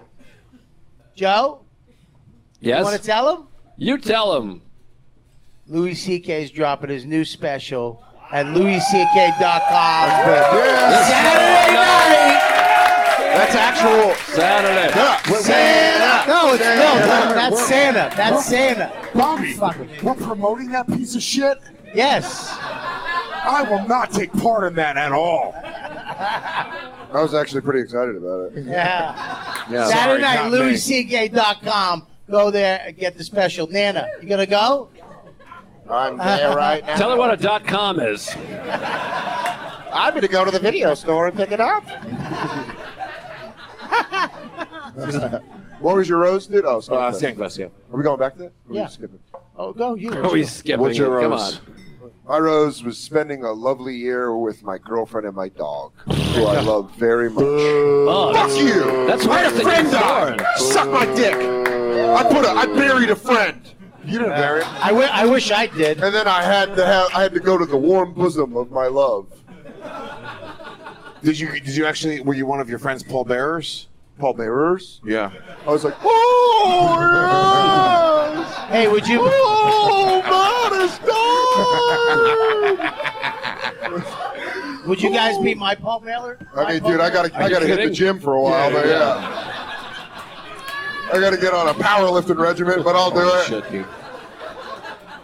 S2: Joe, you want
S4: Yes.
S2: to tell him?
S4: You tell him.
S2: Louis C.K. is dropping his new special at louisck.com.
S3: Yes.
S2: Saturday night.
S3: That's actual.
S4: Saturday.
S3: Santa.
S2: No, it's no, no, that's Santa. That's Santa.
S5: Bobby,
S2: Fucking-
S5: we're promoting that piece of shit?
S2: Yes.
S5: I will not take part in that at all.
S3: I was actually pretty excited about it.
S2: Yeah.
S4: Yeah.
S5: Sorry,
S2: Saturday
S5: not
S2: night,
S5: me.
S2: louisck.com. Go there and get the special. Nana, you gonna go?
S3: I'm there right now.
S4: Tell her what a dot com is.
S3: I'm gonna go to the video store and pick it up. what was your rose, dude? Oh, sorry.
S4: Uh,
S5: yeah.
S3: Are we going back to that? Or are we
S2: Yeah.
S3: skipping?
S2: Oh, go you.
S4: Are we skipping?
S5: What's your
S4: it? Come
S5: rose?
S4: on.
S3: My rose was spending a lovely year with my girlfriend and my dog, who I love very much.
S4: Oh,
S3: Fuck
S4: that's-
S3: you!
S4: That's
S3: I
S4: worse
S3: had a
S4: than
S3: friend
S4: you
S3: died. Suck my dick. I put a, I buried a friend,
S5: You didn't bury it.
S2: I, w- I wish I did.
S3: and then I had to have I had to go to the warm bosom of my love.
S5: Did you? Did you actually? Were you one of your friend's pallbearers?
S3: Paul Bearers.
S5: Yeah.
S3: I was like, oh, yes.
S2: Hey, would you?
S3: Oh, modest
S2: Would you guys be my Paul Mailer?
S3: I mean, dude, I gotta, I gotta hit the
S4: kidding?
S3: gym for a while, but yeah. I gotta get on a powerlifting regimen, but I'll do it.
S4: Shit, dude.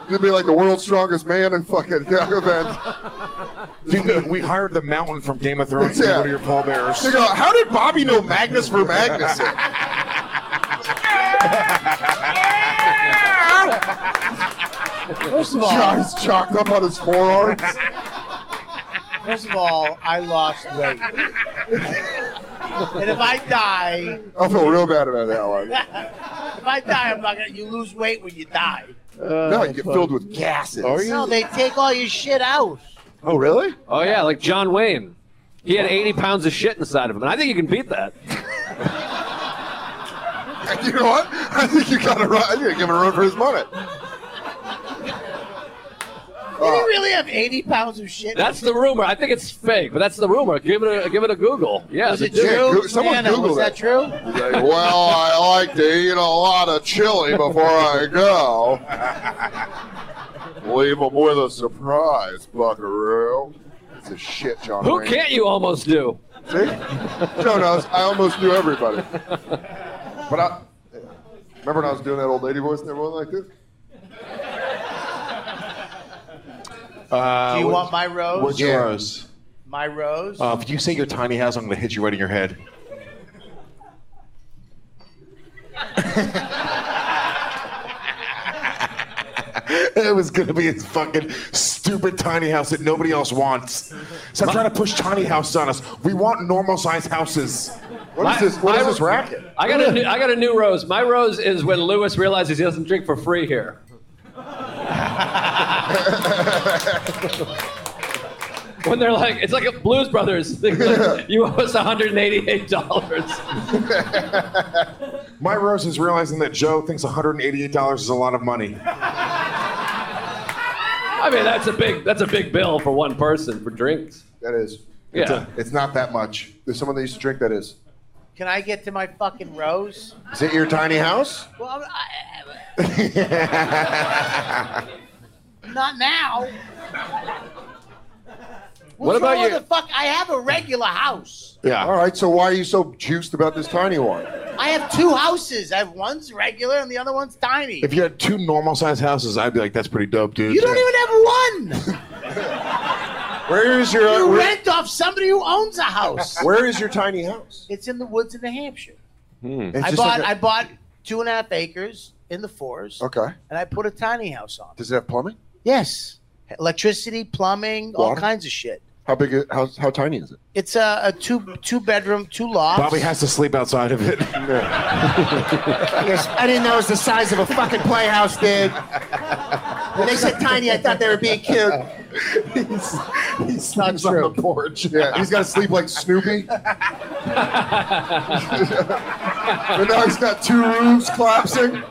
S3: You'll be like the world's strongest man in fucking yeah, events.
S5: Dude, we hired the mountain from Game of Thrones to be
S3: Yeah.
S5: one of your pallbearers.
S3: They go, how did Bobby know Magnus for Magnus?
S2: First of all,
S3: He's chalked up on his forearms.
S2: first of all, I lost weight. and if I die,
S3: I feel real bad about that one.
S2: if I die, I'm not gonna. You lose weight when you die.
S3: now you get filled with gases.
S2: No, they take all your shit out.
S3: Oh, really?
S4: Oh yeah, like John Wayne. He had 80 pounds of shit inside of him, and I think you can beat that.
S3: You know what? I think you got it right. I think you give him a run for his money.
S2: Did he really have 80 pounds of shit?
S4: That's the rumor. I think it's fake, but that's the rumor. Give it a give it a Google. Yeah,
S2: Was it
S4: the-
S3: Yeah,
S2: true?
S3: Goo- someone
S2: Nana,
S3: Google
S2: was that
S3: that.
S2: true?
S3: He's like, well, I like to eat a lot of chili before I go. Leave them with a surprise, buckaroo. It's a shit, John.
S4: Who
S3: Wayne.
S4: can't you almost do?
S3: See? Joe knows. I almost knew everybody. But I remember when I was doing that old lady voice and everyone like this?
S5: Uh,
S2: Do you
S5: what-
S2: want my rose?
S5: What's
S3: Yeah.
S5: yours?
S2: my rose?
S5: Uh, if you say your tiny house, I'm going to hit you right in your head. it was going to be his fucking stupid tiny house that nobody else wants. Stop trying to push tiny houses on us. We want normal sized houses.
S3: What is this? What is this racket?
S4: I got a new, I got a new rose. My rose is when Lewis realizes he doesn't drink for free here. when they're like, it's like a Blues Brothers thing. Like, you owe us $188.
S5: My Rose is realizing that Joe thinks $188 is a lot of money.
S4: I mean, that's a big that's a big bill for one person for drinks.
S3: That is. It's,
S4: Yeah.
S3: a- it's not that much. There's someone that used to drink that is.
S2: Can I get to my fucking rose?
S3: Is it your tiny house?
S2: Well, I'm, I, not now.
S4: What about
S2: wrong
S4: you-
S2: with The fuck, I have a regular house.
S5: Yeah.
S3: All right, so why are you so juiced about this tiny one?
S2: I have two houses. I have one's regular and the other one's tiny.
S5: If you had two normal sized houses, I'd be like, that's pretty dope, dude.
S2: You don't even have one.
S3: Where is your
S2: You
S3: where-
S2: rent off somebody who owns a house.
S3: where is your tiny house?
S2: It's in the woods in New Hampshire.
S3: It's
S2: I
S3: just
S2: bought I
S3: like
S2: bought two and a half acres in the forest,
S3: a- okay.
S2: and I put a tiny house on. it.
S3: Does it have plumbing?
S2: Yes, electricity, plumbing, all
S3: Water?
S2: kinds of shit.
S3: How big? Is, how how tiny is it?
S2: It's a, a two two bedroom, two loft.
S5: Bobby has to sleep outside of it.
S9: I didn't know it was the size of a fucking playhouse, dude. When they said tiny, I thought they were being cute.
S5: he sleeps on the porch.
S3: Yeah, he's got to sleep like Snoopy. but now he's got two roofs collapsing.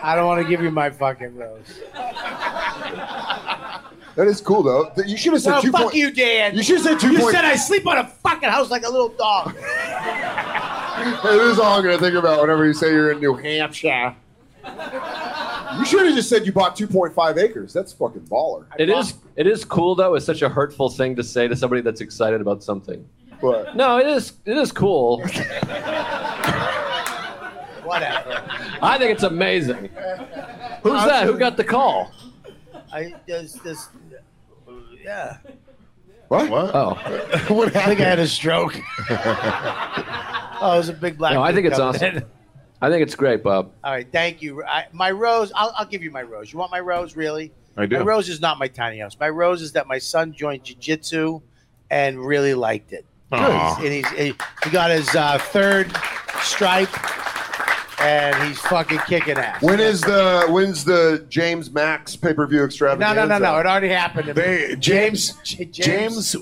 S2: I don't want to give you my fucking rose.
S3: That is cool though. You should have said
S2: No,
S3: two
S2: fuck
S3: point-
S2: you, Dan.
S3: You should have said two
S2: You
S3: point-
S2: said I sleep on a fucking house like a little dog.
S3: Hey, this is all I'm gonna think about whenever you say you're in New Hampshire. You should have just said you bought 2.5 acres. That's fucking baller.
S4: It is it is cool though. It's such a hurtful thing to say to somebody that's excited about something.
S3: But
S4: No, it is it is cool.
S2: Whatever.
S4: I think it's amazing. Who's that? Who got the call?
S2: I there's this. Yeah.
S3: what?
S4: Oh.
S2: What I think I had a stroke. oh, it was a big black.
S4: No, I
S2: dude
S4: think it's
S2: coming
S4: awesome.
S2: in.
S4: I think it's great, Bob.
S2: All right, thank you. I, my rose, I'll, I'll give you my rose. You want my rose, really?
S5: I do.
S2: My rose is not my tiny house. My rose is that my son joined jujitsu and really liked it.
S5: Aw.
S2: And he's, he, he got his uh, third stripe, and he's fucking kicking ass.
S3: When is the when's the James Max pay-per-view
S2: No,
S3: extravaganza?
S2: no, no, no. It already happened. To me.
S5: They James
S2: J-
S5: James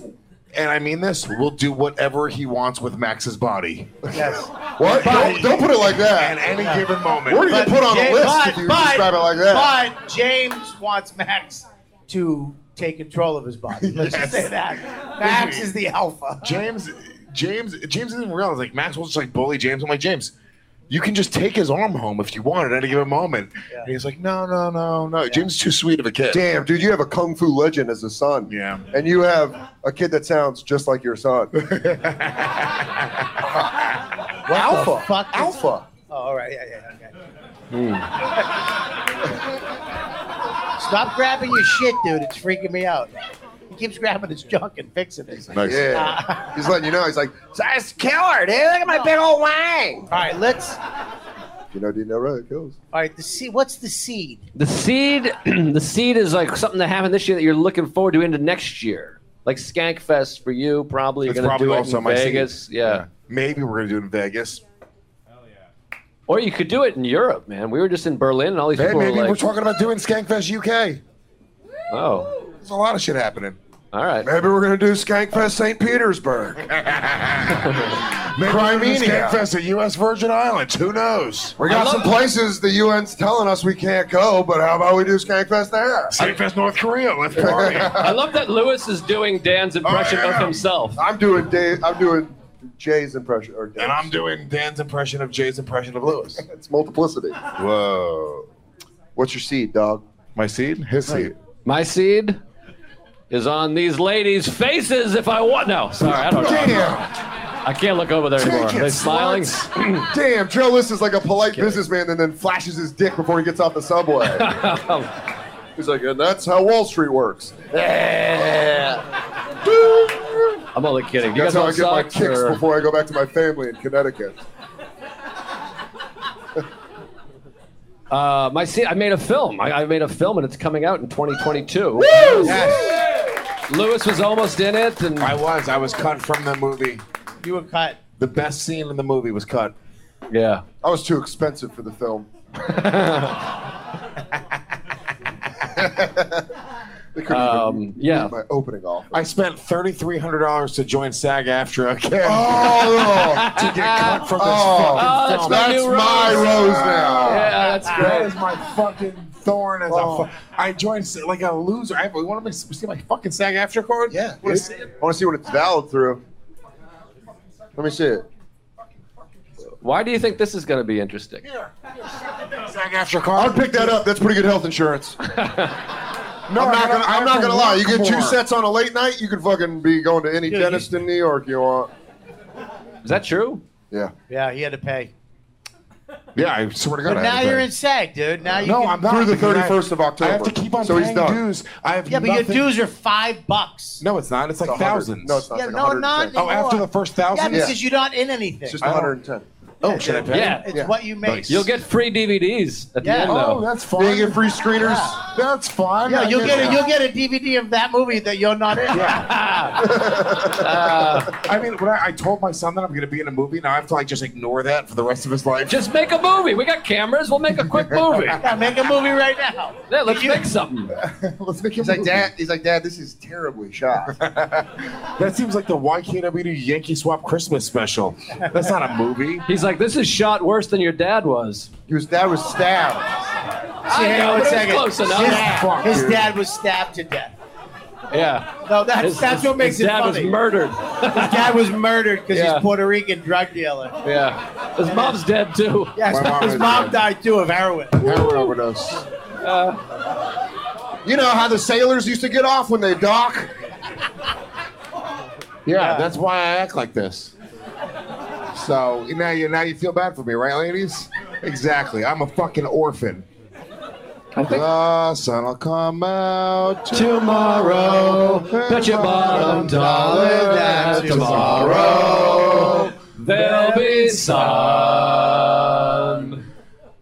S5: and I mean this will do whatever he wants with Max's body
S2: Yes.
S3: What? Don't, don't put it like that.
S5: at any given moment.
S3: Where do you put on a
S2: Ja-
S3: Oh, list if you describe it like that?
S2: But James wants Max to take control of his body. Let's just say that. Max is the alpha.
S5: James James James didn't realize like Max will just like bully James. I'm like James, you can just take his arm home if you want at any given moment. And he's like, no, no, no, no. James is too sweet of a kid.
S3: Damn, dude, you have a kung fu legend as a son.
S5: Yeah.
S3: And you have a kid that sounds just like your son. Alpha.
S2: fuck is-
S3: Alpha.
S2: Oh, all right. Yeah, yeah, okay.
S3: Hmm.
S2: Stop grabbing your shit, dude. It's freaking me out. He keeps grabbing his junk and fixing it. Uh.
S5: Nice.
S3: Yeah. He's letting you know. He's like,
S9: Size killer, dude. Look at my big old wang.
S2: All right, let's. All
S3: you know, do you know where it goes?
S2: right, the seed. What's the seed?
S4: The seed, the seed is like something that happened this year that you're looking forward to into next year, like Skankfest for you. Probably you're
S5: It's
S4: gonna
S5: probably
S4: do it
S5: also
S4: in
S5: my seed.
S4: Vegas. Yeah.
S5: Maybe we're gonna do it in Vegas.
S4: Or you could do it in Europe, man. We were just in Berlin, and all these
S5: Hey,
S4: people
S5: maybe
S4: were like,
S5: we're talking about doing Skankfest UK.
S4: "Oh,
S5: There's a lot of shit happening.
S4: all right."
S3: Maybe we're gonna do Skankfest St. Petersburg.
S5: Maybe we're doing
S3: Crimea.
S5: Skankfest at U.S. Virgin Islands. Who knows?
S3: We got some places the UN's telling us we can't go, but how about we do Skankfest there?
S5: Skankfest North Korea. Let's party.
S4: I love that Lewis is doing Dan's impression
S3: Oh,
S5: yeah.
S4: of himself.
S3: I'm doing Dave. I'm doing Jay's impression, or Dave's.
S5: and I'm doing Dan's impression of Jay's impression of Lewis.
S3: It's multiplicity.
S5: Whoa.
S3: What's your seed, dog?
S5: My seed? His seed.
S4: My seed is on these ladies' faces. If I want, no, sorry, I don't know.
S3: Damn,
S4: I can't look over there
S3: Take
S4: anymore.
S3: it,
S4: Are they smiling?
S3: damn. Joe List is like a polite businessman and then flashes his dick before he gets off the subway. He's like, and that's how Wall Street works.
S4: I'm only kidding. You
S3: That's
S4: guys
S3: how I
S4: want
S3: get my
S4: socks
S3: kicks
S4: or-
S3: before I go back to my family in Connecticut.
S4: Uh, my seed. I made a film. I, I made a film, and it's coming out in 2022.
S5: Yes.
S4: Lewis was almost in it, and
S5: I was. I was cut from the movie.
S2: You were cut.
S5: The best scene in the movie was cut.
S4: yeah.
S3: I was too expensive for the film. they couldn't
S4: Um,
S3: even
S4: yeah.
S2: Oh.
S3: read my opening offer.
S5: I spent $3,300 to join SAG after again.
S3: Oh,
S5: To get cut from this
S3: Oh.
S5: fucking
S4: Oh, that's
S5: film.
S4: my
S3: that's
S4: new
S3: my
S4: rose.
S3: rose now.
S4: Yeah, that's
S5: That
S4: great.
S5: is my fucking thorn as a fu- I joined s- like a loser. I have, want to see my fucking SAG after card?
S3: Yeah.
S5: Wanna see
S3: I want to see what it's valid through. Let me see it.
S4: Why do you think this is going to be interesting?
S5: SAG after
S3: I'll
S5: card?
S3: pick that up. That's pretty good health insurance.
S5: No,
S3: I'm not
S5: I don't
S3: gonna. I'm
S5: have
S3: not
S5: to
S3: gonna lie. You
S5: work
S3: get two
S5: more.
S3: sets on a late night. You can fucking be going to any dentist in New York you want.
S4: Is that true?
S3: Yeah.
S2: Yeah, he had to pay.
S5: Yeah, I swear to God.
S2: But
S5: I
S2: now
S5: had to
S2: you're
S5: pay.
S2: in SAG, dude. Now you
S5: No,
S2: can-
S5: I'm not.
S3: Through the
S5: because I-
S3: 31st of October.
S5: I have to keep on
S3: So he's
S5: paying
S3: done.
S5: dues. I have
S2: Yeah, but your
S5: nothing-
S2: dues are five bucks.
S5: No, it's not. It's like
S3: It's a hundred-
S5: thousands.
S3: No, it's not.
S2: Yeah,
S3: It's
S2: no,
S3: like no,
S2: not-
S5: Oh, after the first
S2: Yeah,
S5: thousand?
S2: because you're not in anything.
S3: It's just
S5: I don't-
S3: 110.
S5: Oh, should I pay?
S4: Yeah.
S2: it's
S3: yeah.
S2: what you make.
S5: Nice.
S4: You'll get free DVDs at the
S2: Yeah.
S4: end,
S5: Oh,
S4: though.
S5: that's fine.
S3: They get free screeners.
S5: That's fine.
S2: Yeah,
S5: I
S2: you'll
S5: guess-
S2: get a, you'll get a DVD of that movie that you're not in.
S5: I mean, when I, I told my son that I'm going to be in a movie, now I have to like just ignore that for the rest of his life.
S4: Just make a movie. We got cameras. We'll make a quick movie.
S2: Yeah, make a movie right now.
S4: Yeah, let's make something.
S5: Let's make him.
S3: He's like, Dad. He's like, Dad. This is terribly shot.
S5: That seems like the YKWd Yankee Swap Christmas special. That's not a movie.
S4: He's like, this is shot worse than your dad was.
S3: His dad was stabbed.
S2: See, hang
S4: know,
S2: on one
S4: but it was
S2: second.
S4: close enough.
S2: His,
S4: Yeah,
S5: fuck,
S2: his
S5: dude.
S2: dad was stabbed to death.
S4: Yeah.
S2: No, that's
S4: His-
S2: that's
S4: his-
S2: what makes
S4: his
S2: it
S4: dad
S2: funny.
S4: was murdered.
S2: his dad was murdered because
S4: Yeah.
S2: he's Puerto Rican drug dealer.
S4: yeah. His mom's dead, too.
S2: Yeah, his,
S5: My mom
S2: his
S5: is
S2: mom
S5: dead.
S2: died too of heroin.
S3: Heroin overdose. you know how the sailors used to get off when they dock?
S5: Yeah, that's why I act like this. So now you now you feel bad for me, right, ladies? Exactly. I'm a fucking orphan. The sun will come out tomorrow.
S4: Bet your bottom dollar that
S5: tomorrow.
S4: There'll be sun.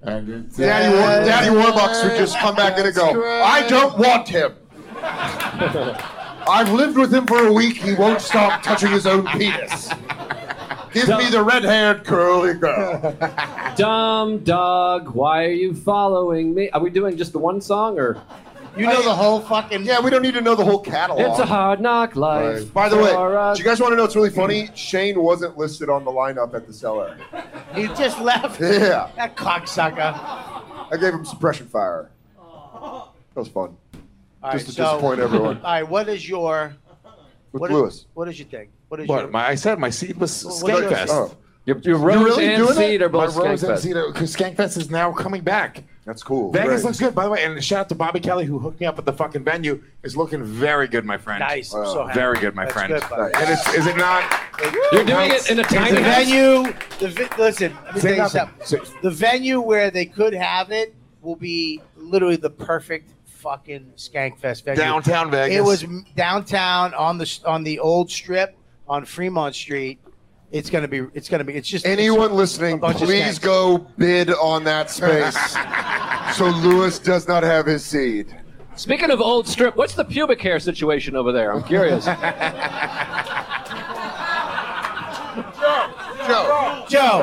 S5: And it's
S3: Daddy, War- Daddy Warbucks would just come back in and go, I don't want him. I've lived with him for a week. He won't stop touching his own penis. Give me the red haired curly girl.
S4: Dumb dog, why are you following me? Are we doing just the one song or?
S2: You know the whole fucking.
S3: Yeah, we don't need to know the whole catalog.
S4: It's a hard knock life.
S3: Right. By the way,
S4: for us.
S3: do you guys want to know what's really funny? Shane wasn't listed on the lineup at the cellar.
S2: He just left.
S3: Yeah.
S2: That cocksucker.
S3: I gave him suppression fire. That was fun.
S2: All right,
S3: Just to
S2: so,
S3: disappoint everyone.
S2: All right, what is your
S3: With
S2: what is,
S3: Lewis.
S2: What is your thing? What is your
S5: What? My, I said my seed was
S2: what is-
S5: Skankfest.
S3: Oh,
S4: Your, your rose
S5: really
S4: and
S5: doing it?
S4: seed are
S5: My
S4: both
S5: Rose and
S4: Skankfest.
S5: Cedar, because Skankfest is now coming back.
S3: that's cool.
S5: Vegas
S3: Great.
S5: looks good, by the way. And shout out to Bobby Kelly who hooked me up at the fucking venue. It's looking very good, my friend.
S2: nice? I'm
S3: Wow.
S2: so happy.
S5: Very good, my
S2: That's
S5: friend.
S2: good, buddy.
S5: and it's, is it not?
S4: You're doing it in a tiny
S2: the
S4: house?
S2: venue, the vi- listen, let me tell
S5: Say
S2: you
S5: nothing.
S2: something.
S5: Say-
S2: the venue where they could have it will be literally the perfect fucking skankfest venue.
S5: Downtown Vegas.
S2: It was m- downtown on the s- on the old strip on Fremont Street. It's gonna be. It's gonna be. It's just
S3: Anyone listening,
S2: bunch of
S3: please
S2: skanks.
S3: go bid on that space so Lewis does not have his seed.
S4: Speaking of old strip, what's the pubic hair situation over there? I'm curious.
S3: Joe,
S2: Joe,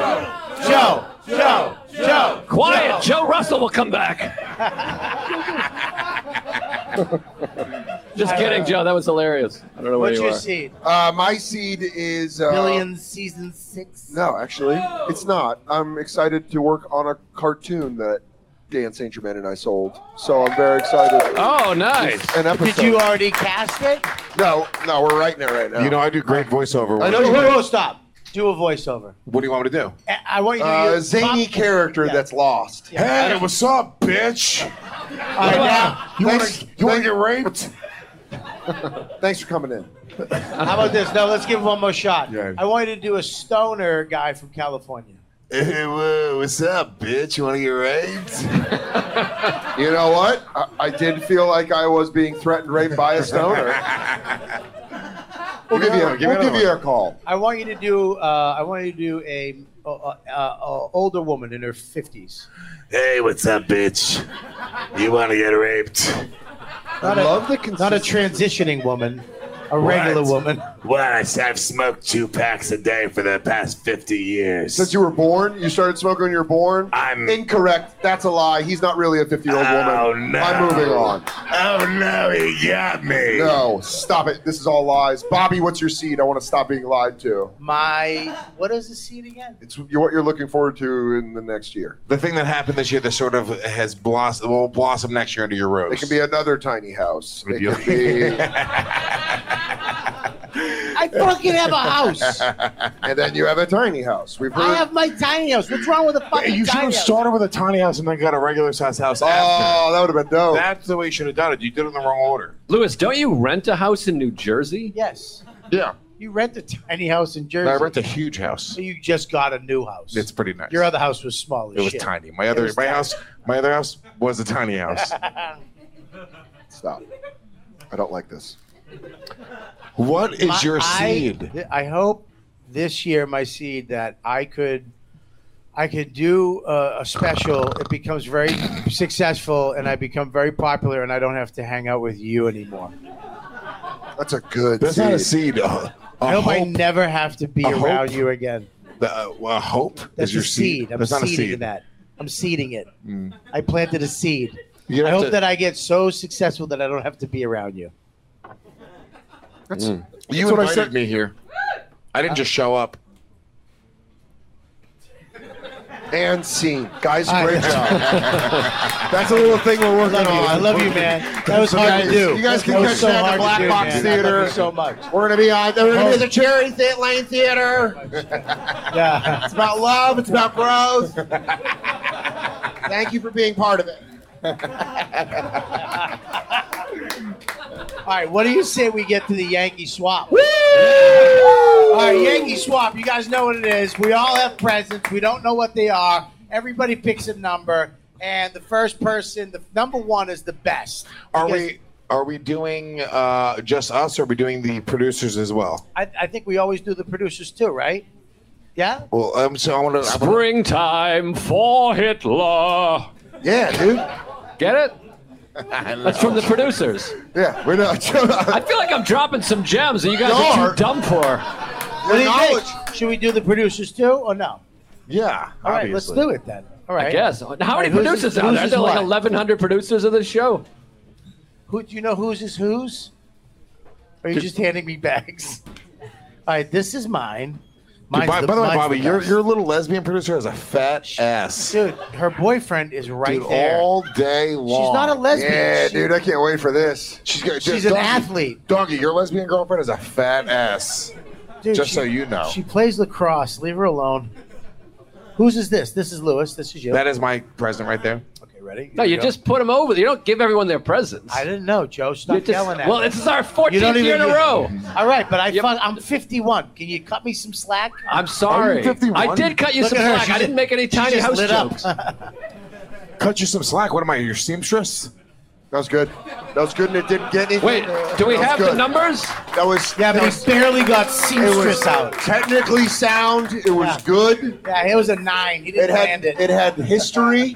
S2: Joe, Joe,
S4: Joe. Quiet. Joe Russell will come back. Just kidding, Joe. That was hilarious.
S7: I don't know where
S2: What's
S7: you
S2: your
S7: are.
S2: seed?
S3: Uh, my seed is uh,
S2: Billion season six.
S3: No, actually, it's not. I'm excited to work on a cartoon that Dan St. Germain and I sold. So I'm very excited.
S4: Oh, nice.
S3: An episode.
S2: Did you uh, already cast it?
S3: no, no, we're writing it right now. Uh,
S5: You know, I do great voiceover. work.
S3: I know
S2: Whoa,
S3: you
S2: whoa, whoa, stop. Do a voiceover.
S5: What do you want me to do?
S2: I- I want you to
S3: uh,
S2: use
S3: zany
S2: Bob-
S3: character
S2: Yeah.
S3: that's lost.
S5: Hey, what's up, bitch?
S2: All right, now,
S5: You want
S3: Thanks.
S5: to you wanna get raped?
S3: Thanks for coming in.
S2: how about this? No, let's give him one more shot.
S5: Yeah.
S2: I want you to do a stoner guy from California.
S5: Hey, whoa, what's up, bitch? You want to get raped?
S3: You know what? I, I did feel like I was being threatened rape by a stoner. we'll give you, a,
S5: another one, give me
S3: we'll
S5: another
S3: give you a call.
S2: I want you to do. Uh, I want you to do a, a, a, a older woman in her fifties.
S5: Hey, what's up, bitch? You want to get raped?
S2: Not
S3: I
S2: a-
S3: love the
S2: Not a
S3: consistency.
S2: transitioning woman, a regular
S5: What?
S2: woman.
S5: What? I've smoked two packs a day for the past 50 years.
S3: Since you were born, you started smoking when you were born?
S5: I'm-
S3: incorrect. That's a lie. He's not really a 50 year old
S5: Oh,
S3: woman.
S5: no.
S3: I'm moving on.
S5: oh, no, he got me.
S3: No, stop it. This is all lies. Bobby, what's your seed? I want to stop being lied to.
S2: My what is the scene again?
S3: It's what you're looking forward to in the next year.
S5: The thing that happened this year that sort of has blossomed, will blossom next year into your rose.
S3: It can be another tiny house. It
S5: Yeah.
S3: could be,
S2: I fucking have a house.
S3: and then you have a tiny house. We've
S2: I
S3: heard.
S2: have my tiny house. What's wrong with the fucking
S5: you should
S2: tiny
S5: have
S2: house?
S5: started with a tiny house and then got a regular size house after.
S3: oh, that would have been dope.
S5: That's the way you should have done it. You did it in the wrong order.
S4: Lewis, don't you rent a house in New Jersey?
S2: Yes.
S5: Yeah.
S2: You rent a tiny house in Jersey.
S5: I rent a huge house.
S2: So you just got a new house.
S5: It's pretty nice.
S2: Your other house was small as
S5: it was
S2: shit.
S5: tiny. My other
S2: was
S5: my
S2: tiny.
S5: house my other house was a tiny house.
S3: Stop. I don't like this.
S5: what is
S2: My-
S5: your
S2: I-
S5: seed?
S2: th- I hope this year my seed that I could, I could do a, a special. It becomes very successful, and I become very popular, and I don't have to hang out with you anymore.
S3: That's a good
S5: That's
S3: seed.
S5: not a seed. A, a
S2: I hope I
S5: hope,
S2: never have to be
S5: A
S2: around
S5: hope?
S2: you again.
S5: uh, a hope
S2: That's
S5: is your
S2: a seed. I'm
S5: That's not a
S2: seeding
S5: seed. Mm.
S2: that. I'm seeding it. I planted a seed.
S5: You
S2: I
S5: have
S2: hope
S5: to-
S2: that I get so successful that I don't have to be around you.
S5: you invited me here. I didn't just show up.
S3: and scene. Guys,
S2: All
S3: great
S2: right.
S3: job. That's a little thing we're working
S2: Love you.
S3: on.
S2: I love you, man. That was hard
S3: guys-
S2: to do.
S3: you guys can
S2: That was
S3: catch
S2: so
S3: that at
S2: hard to
S3: Black
S2: do,
S3: Box
S2: man. I
S3: Theater.
S2: love you so much.
S3: We're gonna be on.
S2: Oh.
S3: We're gonna be at the Cherry Th- Lane Theater.
S2: Yeah.
S3: It's about love. It's about growth. Thank you for being part of it.
S2: All right. What do you say we get to the Yankee Swap? All right, Yankee Swap. You guys know what it is. We all have presents. We don't know what they are. Everybody picks a number, and the first person, the number one, is the best.
S5: Are
S2: Because
S5: we are we doing uh, just us or are we doing the producers as well?
S2: I, I think we always do the producers too, right? Yeah.
S5: Well, um, so I want to
S4: Springtime for Hitler.
S3: Yeah, dude.
S4: Get it? That's from the producers.
S3: Yeah, we're not.
S4: I feel like I'm dropping some gems that you guys
S3: You
S4: are
S3: are.
S4: too dumb for.
S2: What do you
S3: knowledge.
S2: think? Should we do the producers too, or no?
S5: Yeah.
S2: All right, let's do it then. All right.
S4: I guess. How many
S2: Wait, who's-
S4: producers are
S2: who's
S4: there? Are
S2: is
S4: there like
S2: what?
S4: 1,100 producers of this show?
S2: Who do you know whose is whose? Or are you just handing me bags? All right, this is mine. Mine's
S5: by, by the way,
S2: mine's
S5: Bobby, your,
S2: best.
S5: your little lesbian producer has a fat ass.
S2: dude. Her boyfriend is right
S5: Dude,
S2: there.
S5: all day
S2: She's
S5: long.
S2: not a lesbian.
S3: yeah,
S2: She-
S3: dude. I can't wait for this.
S5: She's, got-
S2: She's an
S5: Doggy-
S2: athlete.
S5: Doggy, your lesbian girlfriend has a fat ass.
S2: dude,
S5: just
S2: she-
S5: so you know.
S2: she plays lacrosse. Leave her alone. Whose is this? This is Lewis. This is you.
S5: That is my present right there.
S2: okay, ready?
S4: No, you just put them over. You don't give everyone their presents.
S2: I didn't know, Joe.
S4: You
S2: Stop
S4: just-
S2: yelling at
S4: well,
S2: me.
S4: this is our 14th year in a
S2: even-
S4: row.
S2: All right, but I
S4: Yep.
S2: fuck, I'm 51. Can you cut me some slack?
S4: I'm sorry.
S5: 51?
S4: I did cut you
S2: Look
S4: some
S2: at her.
S4: slack.
S2: She
S4: I
S2: ju-
S4: didn't make any
S2: she
S4: tiny
S2: just
S4: house
S2: lit up.
S4: jokes.
S5: Cut you some slack. What am I, your seamstress?
S3: That was good. That was good, and it didn't get anything.
S4: Wait, do we
S3: That was
S4: have the
S3: good.
S4: numbers?
S3: That was.
S2: Yeah,
S3: that
S2: but
S3: was,
S2: he barely got
S3: it
S2: seamstress
S3: was
S2: out.
S3: technically sound. It was
S2: Yeah.
S3: good.
S2: Yeah, it was a nine. He
S3: It
S2: didn't
S3: had
S2: land it.
S3: it had history.
S2: he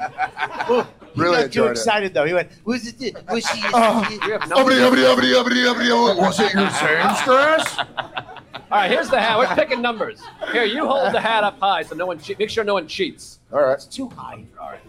S2: got
S3: really
S2: too
S3: enjoyed it. Oh.
S2: excited though. He went, "Who's it? did- Who's she?"
S4: We have
S3: Uppity,
S4: numbers.
S3: uppity, uppity, uppity, uppity. Was it your same stress?
S4: All right, here's the hat. We're picking numbers. Here, you hold the hat up high so no one che- make sure no one cheats.
S3: All right.
S2: Too high. All right.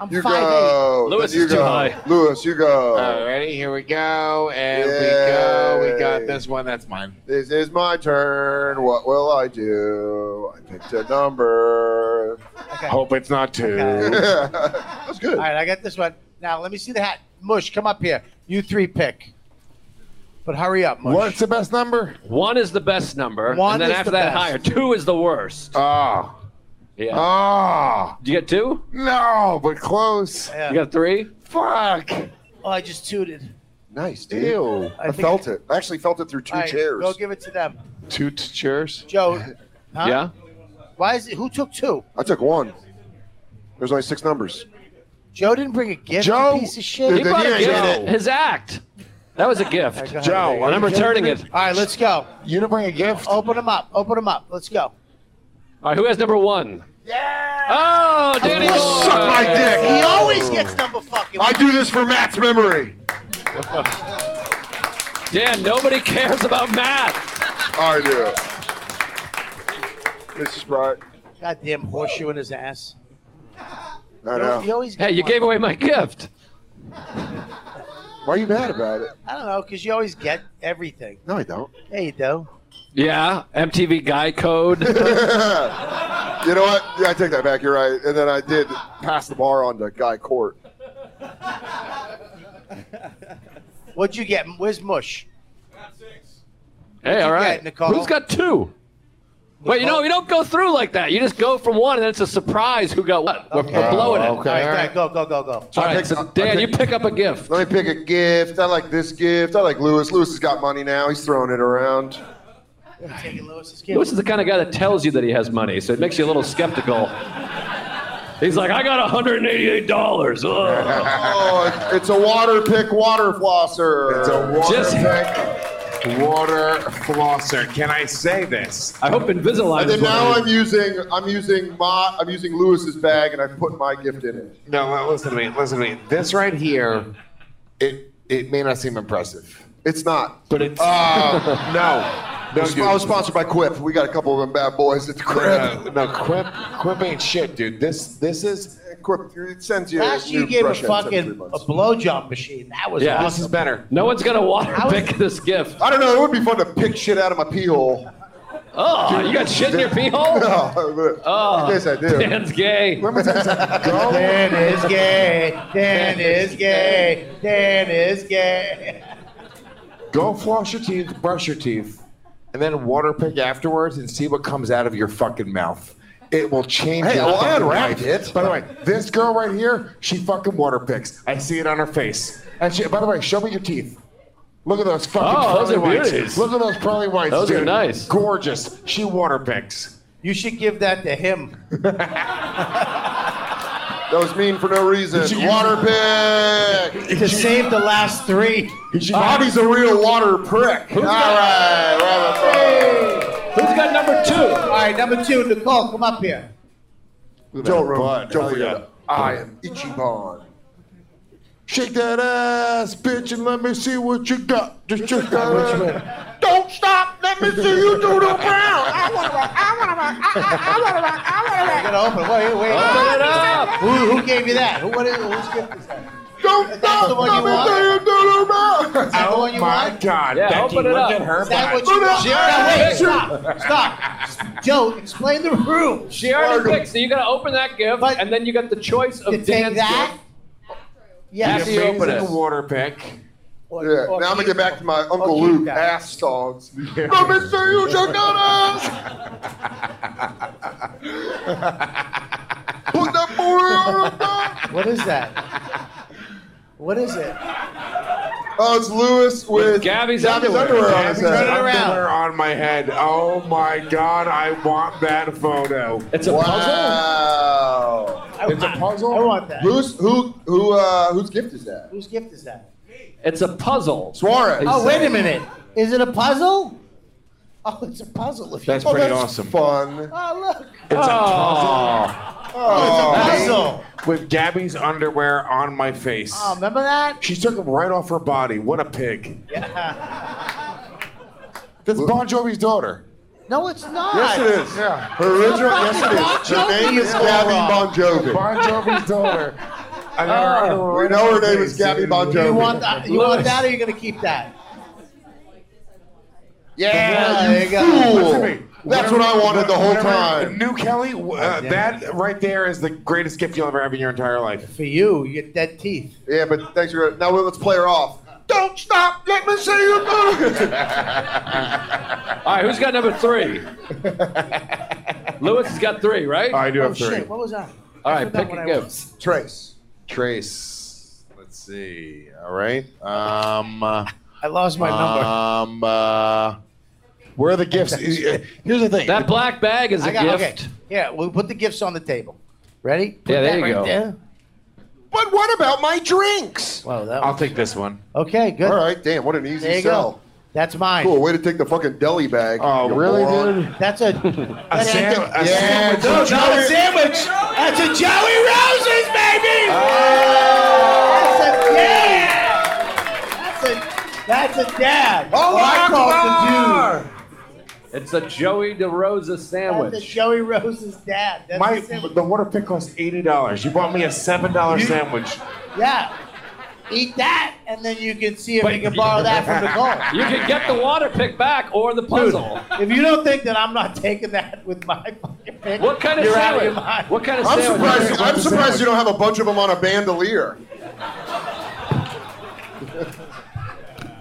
S2: I'm
S3: You
S2: 5'8".
S3: go.
S4: Lewis
S3: Then you
S4: is too
S3: go.
S4: high.
S3: Lewis, you go.
S10: Alrighty, here we go, and we go. We got
S3: Yay.
S10: this one. That's mine.
S3: This is my turn. What will I do? I picked a number.
S5: Hope it's not two.
S3: That's good.
S2: All right, I got this one. Now let me see the hat. Mush, come up here. You three pick. But hurry up, Mush.
S5: What's the best number?
S4: One is the best number,
S2: One
S4: and then
S2: is
S4: after
S2: the
S4: that,
S2: best.
S4: higher. Two is the worst.
S5: Ah,
S4: Yeah.
S3: Uh,
S5: ah,
S4: Did you get two?
S5: no, but close.
S2: Yeah.
S4: You got three?
S5: Fuck.
S2: Oh, I just tooted.
S3: Nice, dude.
S5: Ew.
S3: I,
S2: think-
S3: felt it. I actually felt it through two
S2: All right,
S3: chairs.
S2: Go give it to them.
S5: Two t- chairs.
S2: Joe. Huh?
S4: Yeah.
S2: Why is it? Who took two?
S3: I took one. There's only six numbers.
S2: Joe didn't bring a gift. you
S5: Joe-
S2: piece of
S4: He
S2: shit.
S3: Then
S4: brought
S3: you
S4: a
S3: ain't
S4: gift.
S3: getting
S4: His act. That was a gift.
S2: Go ahead.
S5: Joe,
S4: And I'm returning it.
S2: All right, let's go.
S5: You didn't bring a gift.
S2: Open them up. Open them up. Let's go.
S4: All right, who has number one? Yeah. Oh, Danny.
S3: Suck
S4: Boy.
S3: my dick.
S2: He always gets number fucking.
S3: I do this for Matt's memory.
S4: Dan, nobody cares about math.
S3: I do. Mrs. Bryant.
S2: Goddamn horseshoe in his ass.
S3: I
S2: He al- He
S3: know.
S2: always.
S4: Hey, you
S2: gets
S4: gave away my gift.
S3: Why are you mad about it?
S2: one. I don't know, because you always get everything.
S3: No, I don't.
S2: There you go.
S4: Yeah, MTV guy code.
S3: you know what? Yeah, I take that back. You're right. And then I did pass the bar on to Guy Court.
S2: What'd you get? Where's Mush?
S4: Hey, all right.
S2: get, Nicole?
S4: Who's got two? Wait, you know, we don't go through like that. You just go from one, and then it's a surprise who got what. We're,
S2: Oh,
S4: we're blowing it.
S2: all right, all right, go, go, go, go.
S4: All right, so Dan, you pick up a gift.
S3: Let me pick a gift. I like this gift. I like Lewis. Lewis has got money now. He's throwing it around.
S2: Taking Lewis's kid.
S4: Lewis is the kind of guy that tells you that he has money, so it makes you a little skeptical. He's like, I got $188. Ugh.
S3: Oh, it- it's a water pick water flosser.
S5: It's a water
S4: Just-
S5: pick, water flosser. Can I say this?
S4: I hope Invisalign
S3: and
S4: is
S3: then now
S4: one of
S3: I'm
S4: these.
S3: using I'm using my I'm using Lewis's bag and I put my gift in it.
S5: No, no, listen to me. Listen to me. This right here, it it may not seem impressive,
S3: It's not.
S5: but it's
S3: Ah.
S5: no, no, dude.
S3: I was sponsored by Quip. We got a couple of them bad boys at the Quip.
S5: Uh, no, Quip, Quip ain't shit, dude. This this is
S3: Quip it sends you.
S2: Last
S3: a
S2: year
S3: new
S2: you gave a
S3: brush head every
S2: fucking
S3: three
S2: a
S3: months.
S2: blowjob machine. That was
S4: Yeah.
S5: this is
S2: awesome.
S5: better.
S4: No one's going to water
S2: How is-
S4: pick this gift.
S3: I don't know. It would be fun to pick shit out of my pee hole. Oh,
S4: Oh, you got shit in your pee hole?
S3: Ah. No,
S2: Oh.
S3: I guess I do.
S4: Dan's gay.
S2: Dan is gay. Dan is gay. Dan is gay.
S5: Go floss your teeth, brush your teeth, and then water pick afterwards and see what comes out of your fucking mouth. It will change
S3: Hey,
S5: your
S3: well, I
S5: fucking
S3: unwrapped
S5: life.
S3: it.
S5: By the way, this girl right here, she fucking water picks. I see it on her face. And she, by the way, show me your teeth. Look at those fucking
S4: Oh, those
S5: pearly
S4: are
S5: whites.
S4: beauties.
S5: Look at those pearly whites.
S4: Those are
S5: dude.
S4: nice.
S5: Gorgeous. She water picks.
S2: You should give that to him.
S3: That was mean for no reason. Water pick.
S2: To save the last three.
S3: Bobby's a real water prick. All right, Robert.
S4: Who's got number two?
S2: All right, number two, Nicole, come up here.
S3: Don't, rem- don't forget, I am Ichiban.
S5: Shake that ass, bitch, and let me see what you got. Just shake
S3: Which
S5: that
S3: one?
S5: ass.
S3: Don't stop,
S2: Ah.
S3: let me see you do the brown.
S6: I want to rock. I want to rock. I, I, I want to rock. I want to rock.
S2: Gotta open. Wait, wait.
S4: Open it up.
S2: Who, who gave you that? Who, what is, whose gift is that?
S3: Don't
S2: the
S3: stop,
S2: one
S3: let
S2: you
S3: me
S2: want?
S3: see you do the brown.
S2: Is that the
S5: Oh
S2: one you
S5: my
S2: want?
S5: God,
S4: Yeah,
S5: Becky,
S4: open it
S5: look
S4: up.
S5: at her
S2: Is that
S5: butt.
S2: what you want? No, wait, stop. Stop. Joe, explain the rules.
S4: She already picked, so you got to open that gift,
S2: But-
S4: and then you got the choice of
S2: To take
S4: Dan's
S2: that?
S4: gift.
S2: Yes.
S4: After you open it.
S5: Amazing water pick.
S2: Or-
S3: Yeah,
S2: or
S3: now I'm gonna get back to my Uncle
S2: Or keep
S3: Luke
S2: that.
S3: ass songs. Oh, Let me see you do the ass. Put that boy on the back.
S2: What is that? What is it?
S3: Oh, it's Lewis with,
S4: Gabby's underwear.
S3: underwear on his
S2: Gabby's Turn
S3: head.
S2: it
S5: Underwear
S2: around.
S5: on my head. Oh my god, I want that photo.
S4: It's a puzzle.
S3: Wow.
S5: It's a puzzle.
S2: I want that.
S3: Who's who who uh whose gift is that?
S2: Whose gift is that?
S4: It's a puzzle.
S3: Suarez.
S2: Oh, wait a minute. Is it a puzzle? Oh, it's a puzzle. If you-
S5: That's
S3: Oh,
S5: pretty
S3: that's
S5: awesome.
S3: Fun.
S2: Oh, look.
S4: Oh,
S2: Puzzle.
S5: With Gabby's underwear on my face.
S2: Oh, remember that?
S5: she took them right off her body. What a pig. That's Bon Jovi's daughter.
S11: No, it's not.
S3: Yes, it is.
S5: Yeah.
S3: Her original, yes, it is. Her name is Gabby Bon Jovi.
S5: Bon Jovi's daughter. I got her
S3: Oh. We know her name is Gabby Bon Jovi.
S2: You want that? You want that, or you're gonna keep that?
S3: Yeah,
S2: there
S3: you
S2: you go.
S3: fool.
S5: Listen to me.
S3: That's what
S5: Whatever-
S3: I wanted the whole
S5: whatever-
S3: time.
S5: New Kelly, uh, that right there is the greatest gift you'll ever have in your entire life.
S2: For you, you get dead teeth.
S3: Yeah, but thanks for now. Let's play her off. Don't stop. Let me see you do it.
S4: All right, who's got number three? Lewis has got three, right?
S5: I do
S2: Oh
S5: have three.
S2: shit! What was that?
S4: All
S2: I
S4: right,
S2: forgot
S4: pick
S2: what
S4: a
S2: I
S4: gift.
S3: Trace.
S10: Trace. Let's see. All right. Um, uh,
S2: I lost my number.
S10: um, uh, where are the gifts? Here's the thing.
S4: That black bag is a
S2: I got
S4: gift.
S2: okay. Yeah, we'll put the gifts on the table. Ready? Put
S4: Yeah, there
S2: that
S4: you
S2: right
S4: go.
S2: There.
S3: But what about my drinks?
S2: Wow, that
S5: I'll
S2: was,
S5: take this one.
S2: okay, good.
S3: All right, damn, what an
S2: There
S3: easy
S2: you
S3: sell.
S2: go. That's mine.
S3: Cool, way to take the fucking deli bag.
S5: Oh,
S3: you
S5: really,
S3: moron.
S5: dude?
S2: That's a.
S5: A
S2: that's
S5: sand-
S3: Yeah,
S5: a sandwich.
S3: dude.
S2: not a sandwich. That's a Joey Rose's baby. that's a dad. That's a that's a dad.
S3: Oh,
S2: What I call
S3: Akbar.
S2: it
S4: It's a Joey DeRosa
S2: the dude. That's a
S4: sandwich.
S2: Joey Rose's dad. That's
S5: My
S2: a sandwich.
S5: the water pick cost eighty dollars. You bought me a seven dollar sandwich.
S2: yeah. Eat that, and then you can see if
S4: But-
S2: you can borrow that from the goal.
S4: You can get the water pick back or the puzzle.
S2: If you don't think that I'm not taking that with my fucking pick,
S4: What kind of
S2: you're out of your
S4: sandwich?
S2: mind.
S4: What kind of
S3: I'm
S4: sandwich?
S3: surprised. I'm surprised you don't have a bunch of them on a bandolier.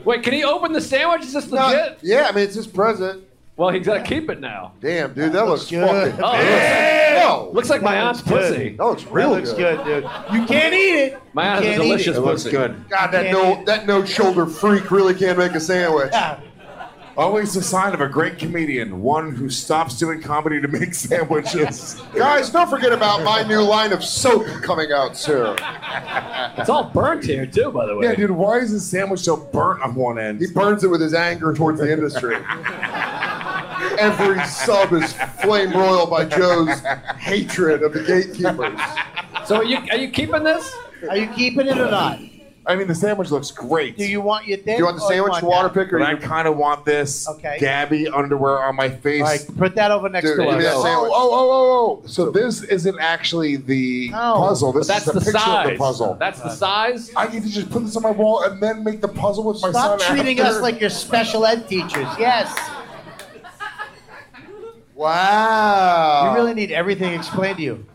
S4: Wait, can he open the sandwich? Is this
S3: Not-
S4: legit?
S3: yeah, I mean it's his present.
S4: Well, he's got to keep it now.
S3: Damn, dude, that looks
S2: good.
S3: fucking.
S4: Oh,
S3: No,
S4: Looks like my aunt's
S2: good.
S4: pussy.
S3: that looks real
S2: looks
S3: good.
S2: good, dude. You can't eat it.
S4: My aunt's a
S2: can't eat
S4: delicious
S5: It looks
S4: pussy.
S5: good.
S3: God,
S2: Can't
S3: that no,
S2: eat.
S3: that no shoulder freak really can make a sandwich.
S2: Yeah.
S5: Always the sign of a great comedian, one who stops doing comedy to make sandwiches.
S3: Guys, don't forget about my new line of soap coming out soon.
S4: It's all burnt here too, by the way.
S5: yeah, dude, why is this sandwich so burnt on one end?
S3: He burns it with his anger towards the industry. Every sub is flame broiled by Joe's hatred of the gatekeepers.
S4: So are you are you keeping this?
S2: Are you keeping it or not?
S5: I mean, the sandwich looks great.
S2: Do you want your dick?
S3: Do you want the
S2: or
S3: sandwich, the water
S2: that?
S3: pick, or
S5: but I
S3: you
S5: kind of want this
S2: Okay.
S5: Gabby underwear on my face.
S2: All right, put that over next
S3: Dude,
S2: to
S3: give me
S2: us.
S3: that
S5: oh,
S3: sandwich.
S5: oh, oh, oh, oh. So this isn't actually the
S2: No.
S5: puzzle. This
S4: But that's
S5: is
S4: the
S5: the, picture
S4: size.
S5: of the puzzle.
S4: That's the size.
S5: I need to just put this on my wall and then make the puzzle with my
S2: Stop
S5: son.
S2: treating
S5: after.
S2: us like you're special ed teachers. Yes.
S3: Wow.
S2: You really need everything explained to you.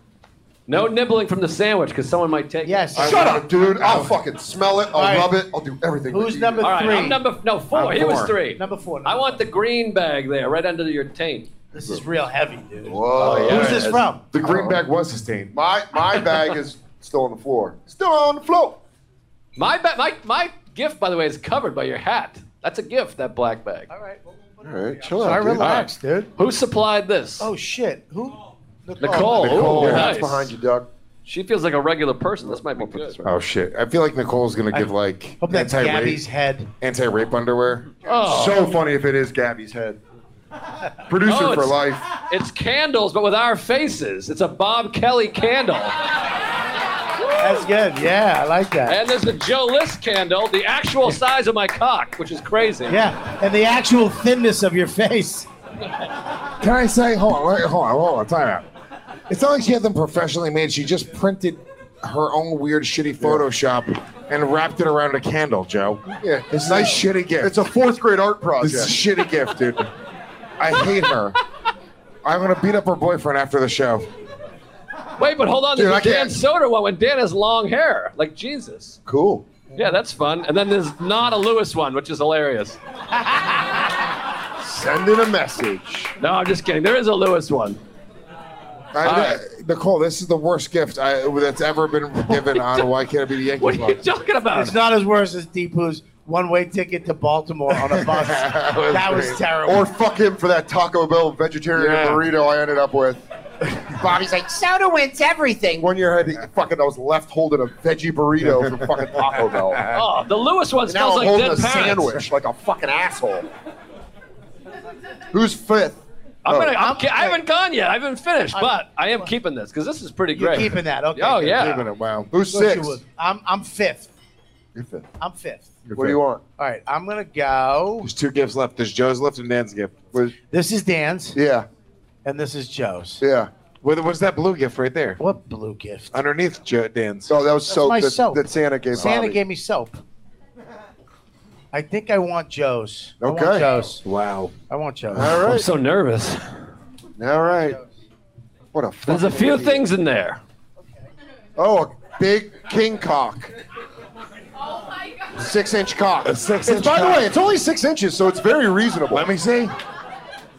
S4: No nibbling from the sandwich because someone might take. it.
S2: Yes.
S3: Shut up, dude. I'll fucking smell it. I'll
S2: All right.
S3: rub it. I'll do everything.
S2: Who's
S3: with you.
S2: number
S4: All right,
S2: three?
S4: I'm number no 4
S5: I'm
S4: He was
S5: four.
S4: three.
S2: Number four.
S4: I want the green bag there, right under your taint.
S2: This is real heavy, dude.
S4: Oh,
S3: Whoa.
S2: Who's this from?
S5: the green bag was sustained.
S3: My my bag is still on the floor. Still on the floor.
S4: My ba- my my gift, by the way, is covered by your hat. That's a gift. That black bag.
S2: All right. well,
S3: All right, chill
S2: I
S3: out, dude.
S2: relax, dude.
S4: Who supplied this?
S2: Oh shit. Who? Nicole.
S3: Nicole,
S4: Nicole. Ooh,
S3: your
S4: Oh, nice.
S3: hat's behind you, Doug.
S4: She feels like a regular person. This might be
S3: put
S4: good.
S3: this right.
S5: Oh shit! I feel like Nicole's gonna give like
S2: Hope that's
S5: anti-rape,
S2: Gabby's head.
S5: anti-rape underwear.
S4: Oh,
S3: So funny if it is Gabby's head. Producer
S4: Oh,
S3: for
S4: it's-
S3: life.
S4: it's candles, but with our faces. It's a Bob Kelly candle,
S2: That's good. Yeah, I like that.
S4: and there's a Joe List candle, the actual size of my cock, which is crazy.
S2: Yeah, and the actual thinness of your face.
S5: Can I say? Hold on, wait, hold on, hold on, time out. It's not like she had them professionally made. She just printed her own weird, shitty Photoshop and wrapped it around a candle, Joe.
S3: Yeah,
S5: It's a nice, shitty gift.
S3: It's a fourth grade art project.
S5: this is a shitty gift, dude. I hate her. I'm gonna beat up her boyfriend after the show.
S4: Wait, but hold on. There's
S3: Dude, I
S4: a Dan
S3: can't-
S4: Soder one when Dan has long hair, like Jesus.
S3: cool.
S4: Yeah, that's fun. And then there's not a Lewis one, which is hilarious.
S3: Sending a message.
S4: No, I'm just kidding. There is a Lewis one.
S5: I, Nicole, this is the worst gift I, that's ever been given on Why Can't It Be the Yankees?
S4: What are you
S5: podcast.
S4: talking about?
S2: It's not as worse as Deepu's one-way ticket to Baltimore on a bus. that was,
S5: great.
S2: terrible.
S3: Or fuck him for that Taco Bell vegetarian
S5: Yeah.
S3: burrito I ended up with.
S11: Bobby's like, soda wins everything.
S3: One year I had to, fucking I was left holding a veggie burrito from fucking Taco Bell. And
S4: Oh, the Lewis one
S3: now
S4: smells
S3: I'm
S4: like
S3: holding
S4: dead
S3: a
S4: parents.
S3: sandwich like a fucking asshole. Who's fifth?
S4: I'm
S3: Oh.
S4: gonna, I'm, ki- I haven't gone yet. I haven't finished, but I am keeping this because this is pretty
S2: You're
S4: great.
S2: keeping that, okay?
S4: Oh yeah.
S5: Wow.
S2: Of course
S3: Who's
S2: you
S3: sixth?
S2: would. I'm I'm fifth.
S3: You're fifth.
S2: I'm fifth.
S3: What do you want?
S2: All right, I'm gonna go.
S5: There's two gifts left. There's Joe's left and Dan's gift.
S2: This is Dan's.
S3: Yeah.
S2: And this is Joe's.
S3: Yeah.
S5: What, what's that blue gift right there?
S2: What blue gift?
S5: Underneath Joe, Dan's.
S3: Oh, that was
S2: That's soap my that- soap. that
S3: Santa gave
S2: Santa gave me soap. I think I want Joe's. I want
S3: Okay.
S2: Joe's.
S5: Wow.
S2: I want Joe's.
S3: All
S4: I'm
S3: right.
S4: so nervous.
S3: All right. What a.
S4: There's a
S3: fucking
S4: few
S3: idiot.
S4: things in there.
S3: Oh, a big king cock. Six inch cock.
S5: A six
S3: It's-
S5: inch
S3: by
S5: cock.
S3: the way, it's only six inches, so it's very reasonable.
S5: Let me see.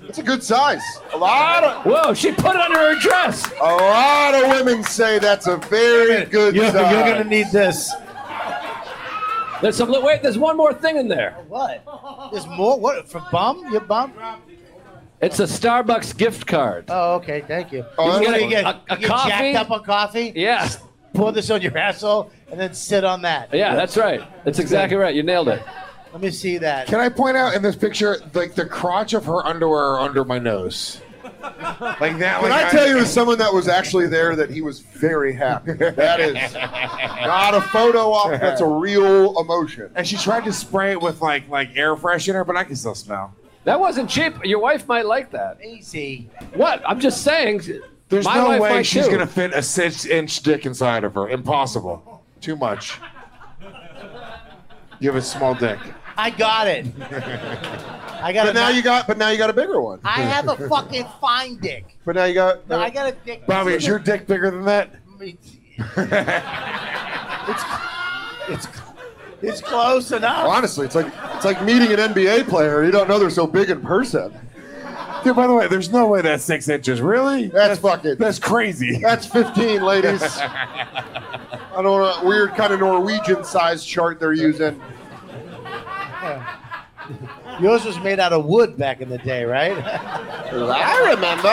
S3: It's a good size. A lot of
S4: Whoa, she put it under her dress.
S3: a lot of women say that's a very good
S2: You're, you're
S3: size.
S2: gonna need this.
S4: There's some. Wait, there's one more thing in there.
S2: What? There's more. What for? Bum? Your bum?
S4: It's a Starbucks gift card.
S2: Oh, okay. Thank you.
S3: Oh,
S2: you
S3: that's
S2: get,
S3: cool.
S2: you get,
S4: A- a
S2: you get
S4: coffee?
S2: jacked up on coffee.
S4: Yeah.
S2: Pour this on your asshole and then sit on that.
S4: Yeah, that's right. That's exactly right. You nailed it.
S2: Let me see that.
S5: Can I point out in this picture, like the crotch of her underwear are under my nose? Like that.
S3: Can
S5: like
S3: I tell you, as someone that was actually there, that he was very happy. That is not a photo op. That's a real emotion.
S5: And she tried to spray it with like like air freshener, but I can still smell.
S4: That wasn't cheap. Your wife might like that.
S2: Easy.
S4: What? I'm just saying.
S5: There's
S4: my
S5: no
S4: wife
S5: way
S4: might
S5: she's
S4: too.
S5: gonna fit a six-inch dick inside of her. Impossible. Too much. You have a small dick.
S2: I got it. I got
S3: But
S2: it.
S3: now you got, but now you got a bigger one.
S2: I have a fucking fine dick.
S3: But now you got.
S2: No, I got a dick.
S5: Bobby, is your dick bigger than that?
S2: It's it's it's close enough.
S3: honestly, it's like it's like meeting an NBA player. You don't know they're so big in person.
S5: Dude, by the way, there's no way that's six inches. Really?
S3: That's fucking.
S5: That's crazy.
S3: That's 15, ladies. I don't know what weird kind of Norwegian size chart they're using.
S2: Yours was made out of wood back in the day, right?
S3: I remember.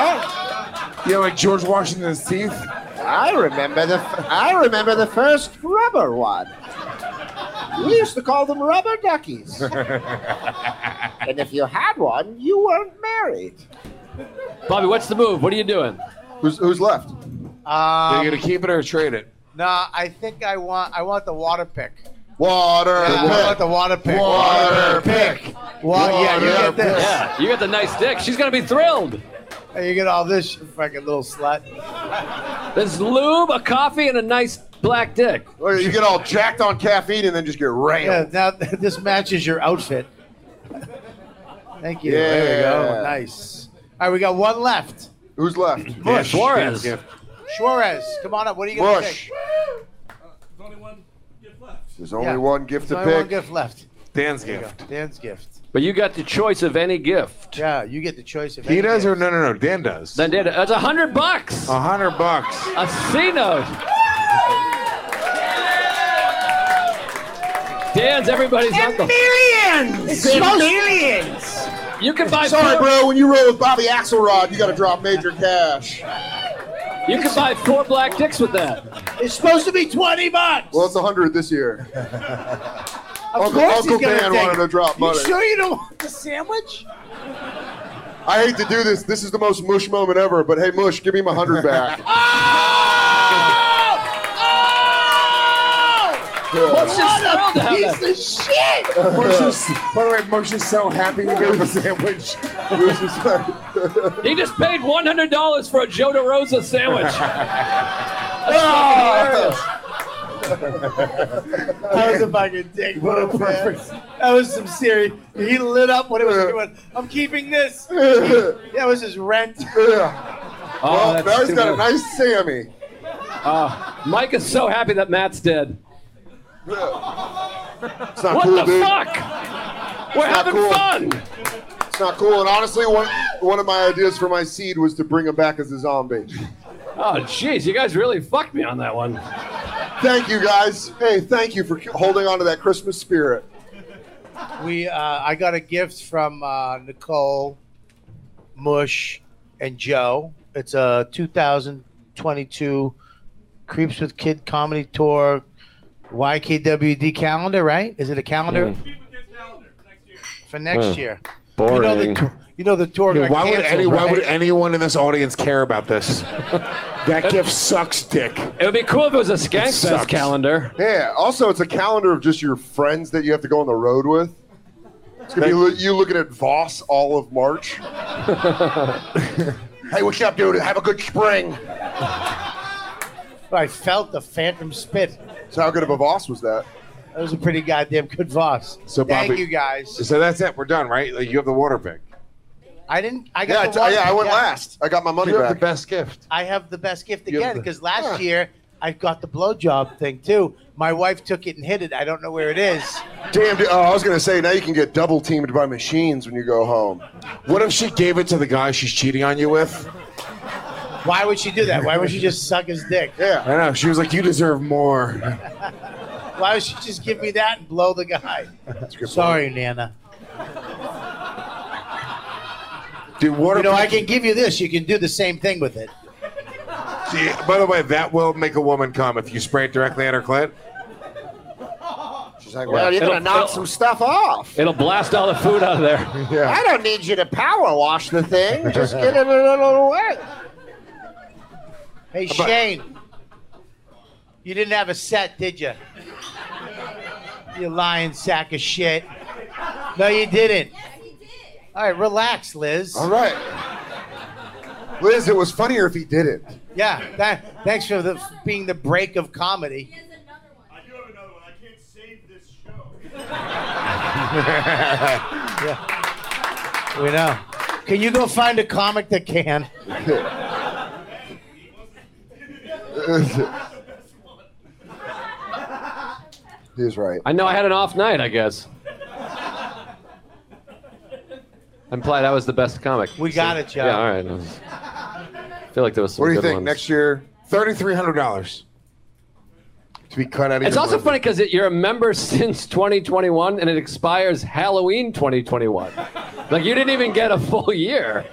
S5: Yeah, like George Washington's teeth.
S3: I remember the. f- I remember the first rubber one. We used to call them rubber duckies.
S11: And if you had one, you weren't married.
S4: Bobby, what's the move? What are you doing?
S3: Who's, who's left?
S5: Are
S2: Um,
S5: you gonna keep it or trade it?
S2: no, I think I want I want the water pick.
S3: Water.
S2: Yeah, I want the water pick.
S3: Water pick.
S2: Wa- yeah, you
S3: Water
S2: get this.
S4: Yeah, you got the nice dick. She's gonna be thrilled.
S2: Hey, You get all this, you fucking little slut.
S4: There's lube, a coffee, and a nice black dick.
S3: Or You get all jacked on caffeine and then just get
S2: Yeah,
S3: rammed.
S2: now this matches your outfit. Thank you. There we
S3: Yeah.
S2: go. Nice. All right, we got one left.
S3: Who's left?
S4: Yeah, Suarez.
S5: gift.
S2: Suarez, come on up. What are you gonna
S3: Bush.
S2: pick?
S3: There's only
S2: Yeah.
S3: one gift
S2: There's
S3: to
S2: only one
S3: pick.
S2: gift left.
S5: Dan's
S2: There you
S5: gift.
S2: go. Dan's gift.
S4: But you got the choice of any gift.
S2: Yeah, you get the choice of.
S5: He
S2: any
S5: does
S2: gift.
S5: or no no no, Dan does.
S4: Then did it. That's a hundred bucks.
S3: Uh,
S5: A hundred bucks.
S4: A C note. Dan's everybody's uncle.
S11: Millions! Millions!
S4: You can buy
S3: Sorry,
S4: four,
S3: bro. When you roll with Bobby Axelrod, you got to drop major cash.
S4: you can buy four black dicks with that.
S2: It's supposed to be twenty bucks.
S3: Well, it's 100 this year.
S2: of
S3: Uncle,
S2: course
S3: Uncle
S2: he's gonna
S3: Dan
S2: take
S3: wanted
S2: it.
S3: to drop
S2: You
S3: money.
S2: sure you don't want the sandwich?
S3: I hate to do this. This is the most mush moment ever. But hey, mush, give me my 100 back.
S4: What's this thrilled to have that?
S5: Moshe's, by the way, Moshe's so happy to get a sandwich.
S2: Oh,
S4: He just paid one hundred dollars for a Joe DeRosa sandwich.
S2: That was a fucking dick move, man. That was some serious. He lit up when it was doing. I'm keeping this. That was his rent.
S3: Yeah.
S4: Oh,
S3: well, Oh,
S4: that's
S3: now he's
S4: too
S3: got a
S4: good.
S3: nice Sammy.
S4: Mike is so happy that Matt's dead.
S3: It's not
S4: What
S3: cool,
S4: the
S3: dude.
S4: fuck? We're having
S3: cool.
S4: fun.
S3: It's not cool. And honestly, one one of my ideas for my seed was to bring him back as a zombie.
S4: Oh, jeez, you guys really fucked me on that one.
S3: Thank you, guys. Hey, thank you for holding on to that Christmas spirit.
S2: We, uh, I got a gift from uh, Nicole, Mush, and Joe. It's a 2022 Creeps with Kid Comedy Tour
S5: Hmm.
S2: YKWd calendar, right? Is it a calendar? For next year. You know the, tour- you know the tour.
S5: Yeah,
S2: got
S5: why would
S2: canceled,
S5: any, why would
S2: right?
S5: anyone in this audience care about this? that gift sucks, dick.
S4: It would be cool if it was a Skank
S5: sucks.
S4: Fest calendar.
S3: Yeah. Also, it's a calendar of just your friends that you have to go on the road with. It's gonna be lo- you looking at Voss all of March. hey, what's up, dude? Have a good spring.
S2: I felt the phantom spit.
S3: So how good of a Voss was that?
S2: That was a pretty goddamn good boss.
S5: So, Bobby,
S2: Thank you guys.
S5: So that's it. We're done, right? Like, you have the water pick.
S2: I didn't. I
S3: Yeah,
S2: got
S3: I t-
S2: the one-
S3: yeah, I went last. I got my money
S5: you
S3: back.
S5: have the best gift.
S2: I have the best gift
S5: You have
S2: again
S5: the-
S2: because last year I got the blowjob thing too. My wife took it and hid it. I don't know where it is.
S3: Damn. dude, Oh, I was gonna say now you can get double teamed by machines when you go home.
S5: What if she gave it to the guy she's cheating on you with?
S2: Why would she do that? Why would she just suck his dick?
S3: Yeah.
S5: I know. She was like, you deserve more.
S2: Why would she just give me that and blow the guy? Sorry, Nana.
S5: Dude, water
S2: You know, I can
S5: pick-
S2: give you this. You can do the same thing with it.
S5: See, by the way, that will make a woman come if you spray it directly at her clit.
S3: She's like,
S11: Well, you're gonna
S4: It'll-
S11: knock
S4: it'll-
S11: some stuff off.
S4: It'll blast all the food out of there.
S3: Yeah.
S11: I don't need you to power wash the thing. Just get it a little away.
S2: Hey, Shane. You didn't have a set, did you? You lying sack of shit. No, you didn't. All right, relax, Liz.
S3: All right. Liz, it was funnier if he didn't.
S2: Yeah, that, thanks for the, being the break of comedy.
S1: I do have another one. I can't save this show.
S2: We know. Can you go find a comic that can?
S3: He's right.
S4: I know I had an off night, I guess. I'm glad that was the best comic.
S2: We got it, Joe.
S4: Yeah, all right. I was- feel like there was some
S3: What do you
S4: good
S3: think
S4: ones.
S3: next year?
S5: Thirty-three hundred dollars to be cut out of.
S4: It's
S5: your
S4: also
S5: budget.
S4: funny because you're a member since 2021 and it expires Halloween 2021. Like you didn't even get a full year.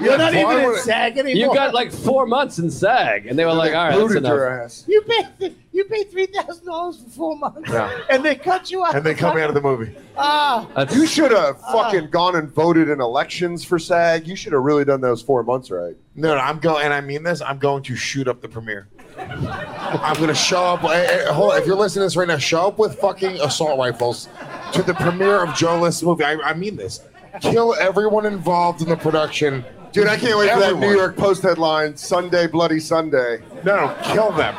S2: You're not
S3: why
S2: even in
S3: would-
S2: SAG anymore.
S4: You got like four months in SAG, and they were like,
S3: They
S4: "All right, that's
S3: booted
S4: enough."
S3: your ass.
S2: You paid you paid three thousand dollars for four months,
S4: Yeah.
S2: and they cut you out.
S5: And they come out of the movie.
S2: Ah,
S4: That's-
S3: You should have fucking gone and voted in elections for SAG. You should have really done those four months right.
S5: No, no, I'm going, and I mean this. I'm going to shoot up the premiere. I'm going to show up. eh, eh, hold on, if you're listening to this right now, show up with fucking assault rifles to the premiere of Joe List's movie. I, I mean this. Kill everyone involved in the production,
S3: Dude, I can't wait for that
S5: Everyone.
S3: New York Post headline Sunday, Bloody Sunday.
S5: No, no, kill them.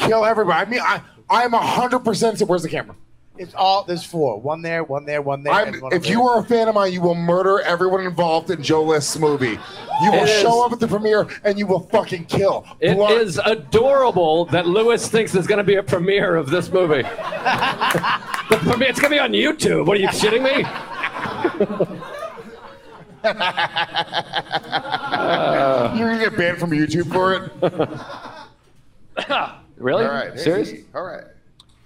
S5: Kill everybody. I mean, I, I'm 100% so where's the camera?
S2: it's all there's four. One there, one there, one there.
S5: I'm,
S2: and one
S5: if
S2: over
S5: you
S2: there.
S5: are a fan of mine, you will murder everyone involved in Joe List's movie. You will
S4: It is-
S5: show up at the premiere and you will fucking kill.
S4: It
S5: Blood-
S4: is adorable that Lewis thinks there's going to be a premiere of this movie. the premiere, it's going to be on YouTube. What are you kidding me?
S5: You're going to get banned from YouTube for it.
S4: Really?
S3: All right.
S4: Serious?
S3: All right.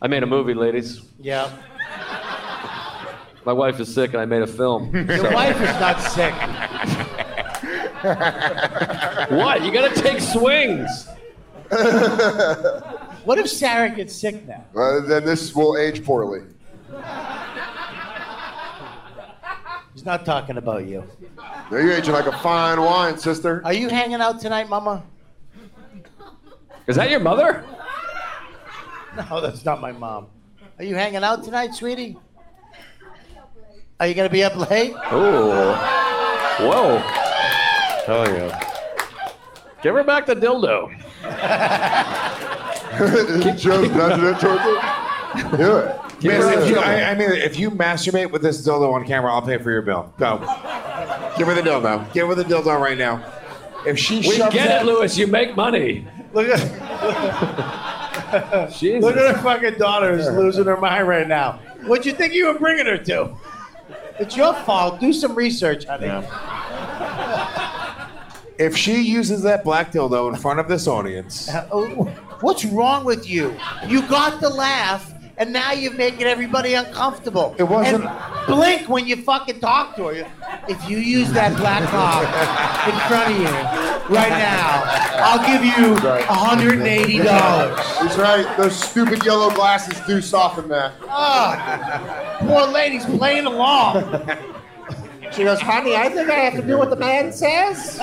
S4: I made a movie, ladies.
S2: yeah.
S4: My wife is sick, and I made a film.
S2: Your wife is not sick.
S4: what? You got to take swings.
S2: What if Sarah gets sick now?
S3: Well, then this will age poorly.
S2: He's not talking about you.
S3: Now You're aging like a fine wine, sister.
S2: Are you hanging out tonight, Mama?
S4: Is that your mother?
S2: No, that's not my mom. Are you hanging out tonight, sweetie? Are you gonna be up late?
S4: Oh. Whoa. Oh yeah. Give her back the dildo.
S3: Joe's nudging it towards her. Do it.
S5: Man, if you, I, I mean, if you masturbate with this dildo on camera, I'll pay for your bill. Go. Give her the dildo. Give her the dildo right now. If she
S4: We
S5: shoves
S4: get
S5: it-
S4: it, Lewis. You make money.
S2: Look at
S4: Jesus.
S2: look at her fucking daughter is losing her mind right now. What'd you think you were bringing her to? It's your fault. Do some research, honey.
S5: if she uses that black dildo in front of this audience,
S2: Oh, What's wrong with you? You got the laugh, and now you're making everybody uncomfortable.
S5: It wasn't-
S2: And blink when you fucking talk to her. If you use that black cock in front of you right now, I'll give you
S3: Right.
S2: $180.
S3: He's right. Those stupid yellow glasses do soften that.
S2: Ah, poor lady's playing along.
S11: She goes, honey, I think I have to do what the man says.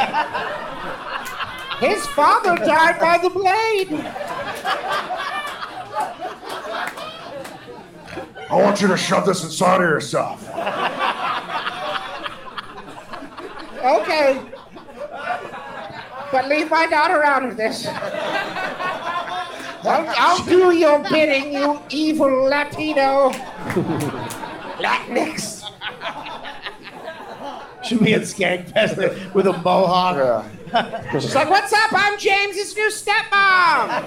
S11: His father died by the blade.
S12: I want you to shove this inside of yourself.
S11: Okay. But leave my daughter out of this. I'll, I'll do your bidding, you evil Latino. Latinx.
S2: Should be in Skankfest with a mohawk.
S11: She's like, what's up? I'm James's new stepmom.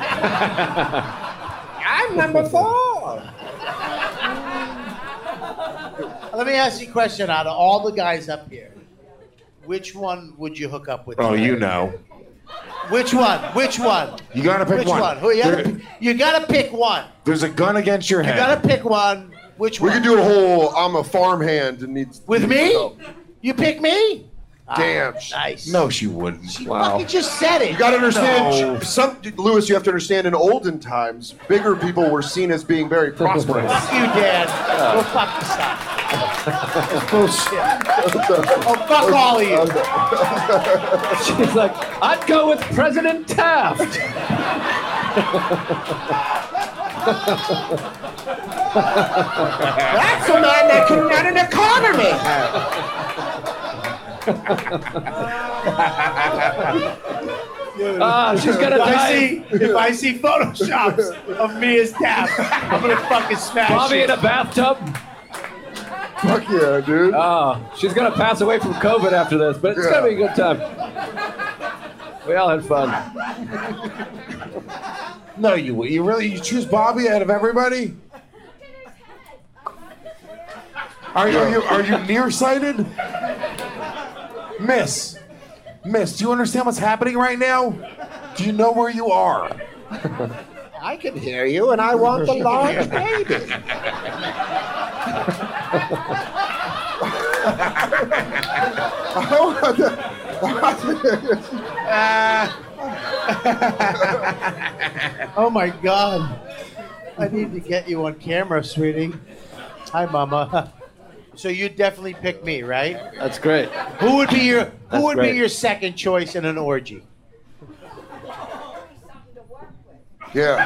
S11: I'm number four.
S2: Let me ask you a question. Out of all the guys up here, which one would you hook up with?
S5: Oh, you know.
S2: Which one? Which one?
S5: You gotta pick
S2: Which
S5: one.
S2: Who, you, gotta,
S5: There-
S2: pick- you gotta pick one.
S5: There's a gun against your
S2: You
S5: head.
S2: gotta pick one. Which
S3: We
S2: one?
S3: could do a whole I'm a farmhand and needs Oh,
S2: With me? Ah, You pick me?
S3: Damn.
S2: nice.
S5: No, she wouldn't.
S2: You just said it.
S3: You gotta understand,
S5: No.
S3: some Lewis. You have to understand. In olden times, bigger people were seen as being very prosperous.
S2: Fuck you, Dad. Go fuck yourself.
S3: Bullshit.
S2: Oh, fuck all of you.
S4: She's like, I'd go with President Taft.
S11: That's the man that can run an economy.
S4: Ah, she's gonna
S2: if I
S4: die.
S2: see if I see photoshops of me as Dad, I'm gonna fucking smash
S4: Bobby
S2: you.
S4: in a bathtub.
S3: Fuck yeah, dude.
S4: Oh, she's gonna pass away from COVID after this, but it's gonna be a good time. We all had fun.
S5: No, you would. You really you choose Bobby out of everybody? Are you are you, are you nearsighted? Miss, Miss, do you understand what's happening right now? Do you know where you are?
S11: I can hear you, and I want the large baby.
S2: Oh my god. I need to get you on camera, sweetie. Hi, Mama. So you definitely pick me, right?
S4: That's great.
S2: Who would be your Who
S4: That's
S2: would
S4: great.
S2: be your second choice in an orgy?
S3: Yeah.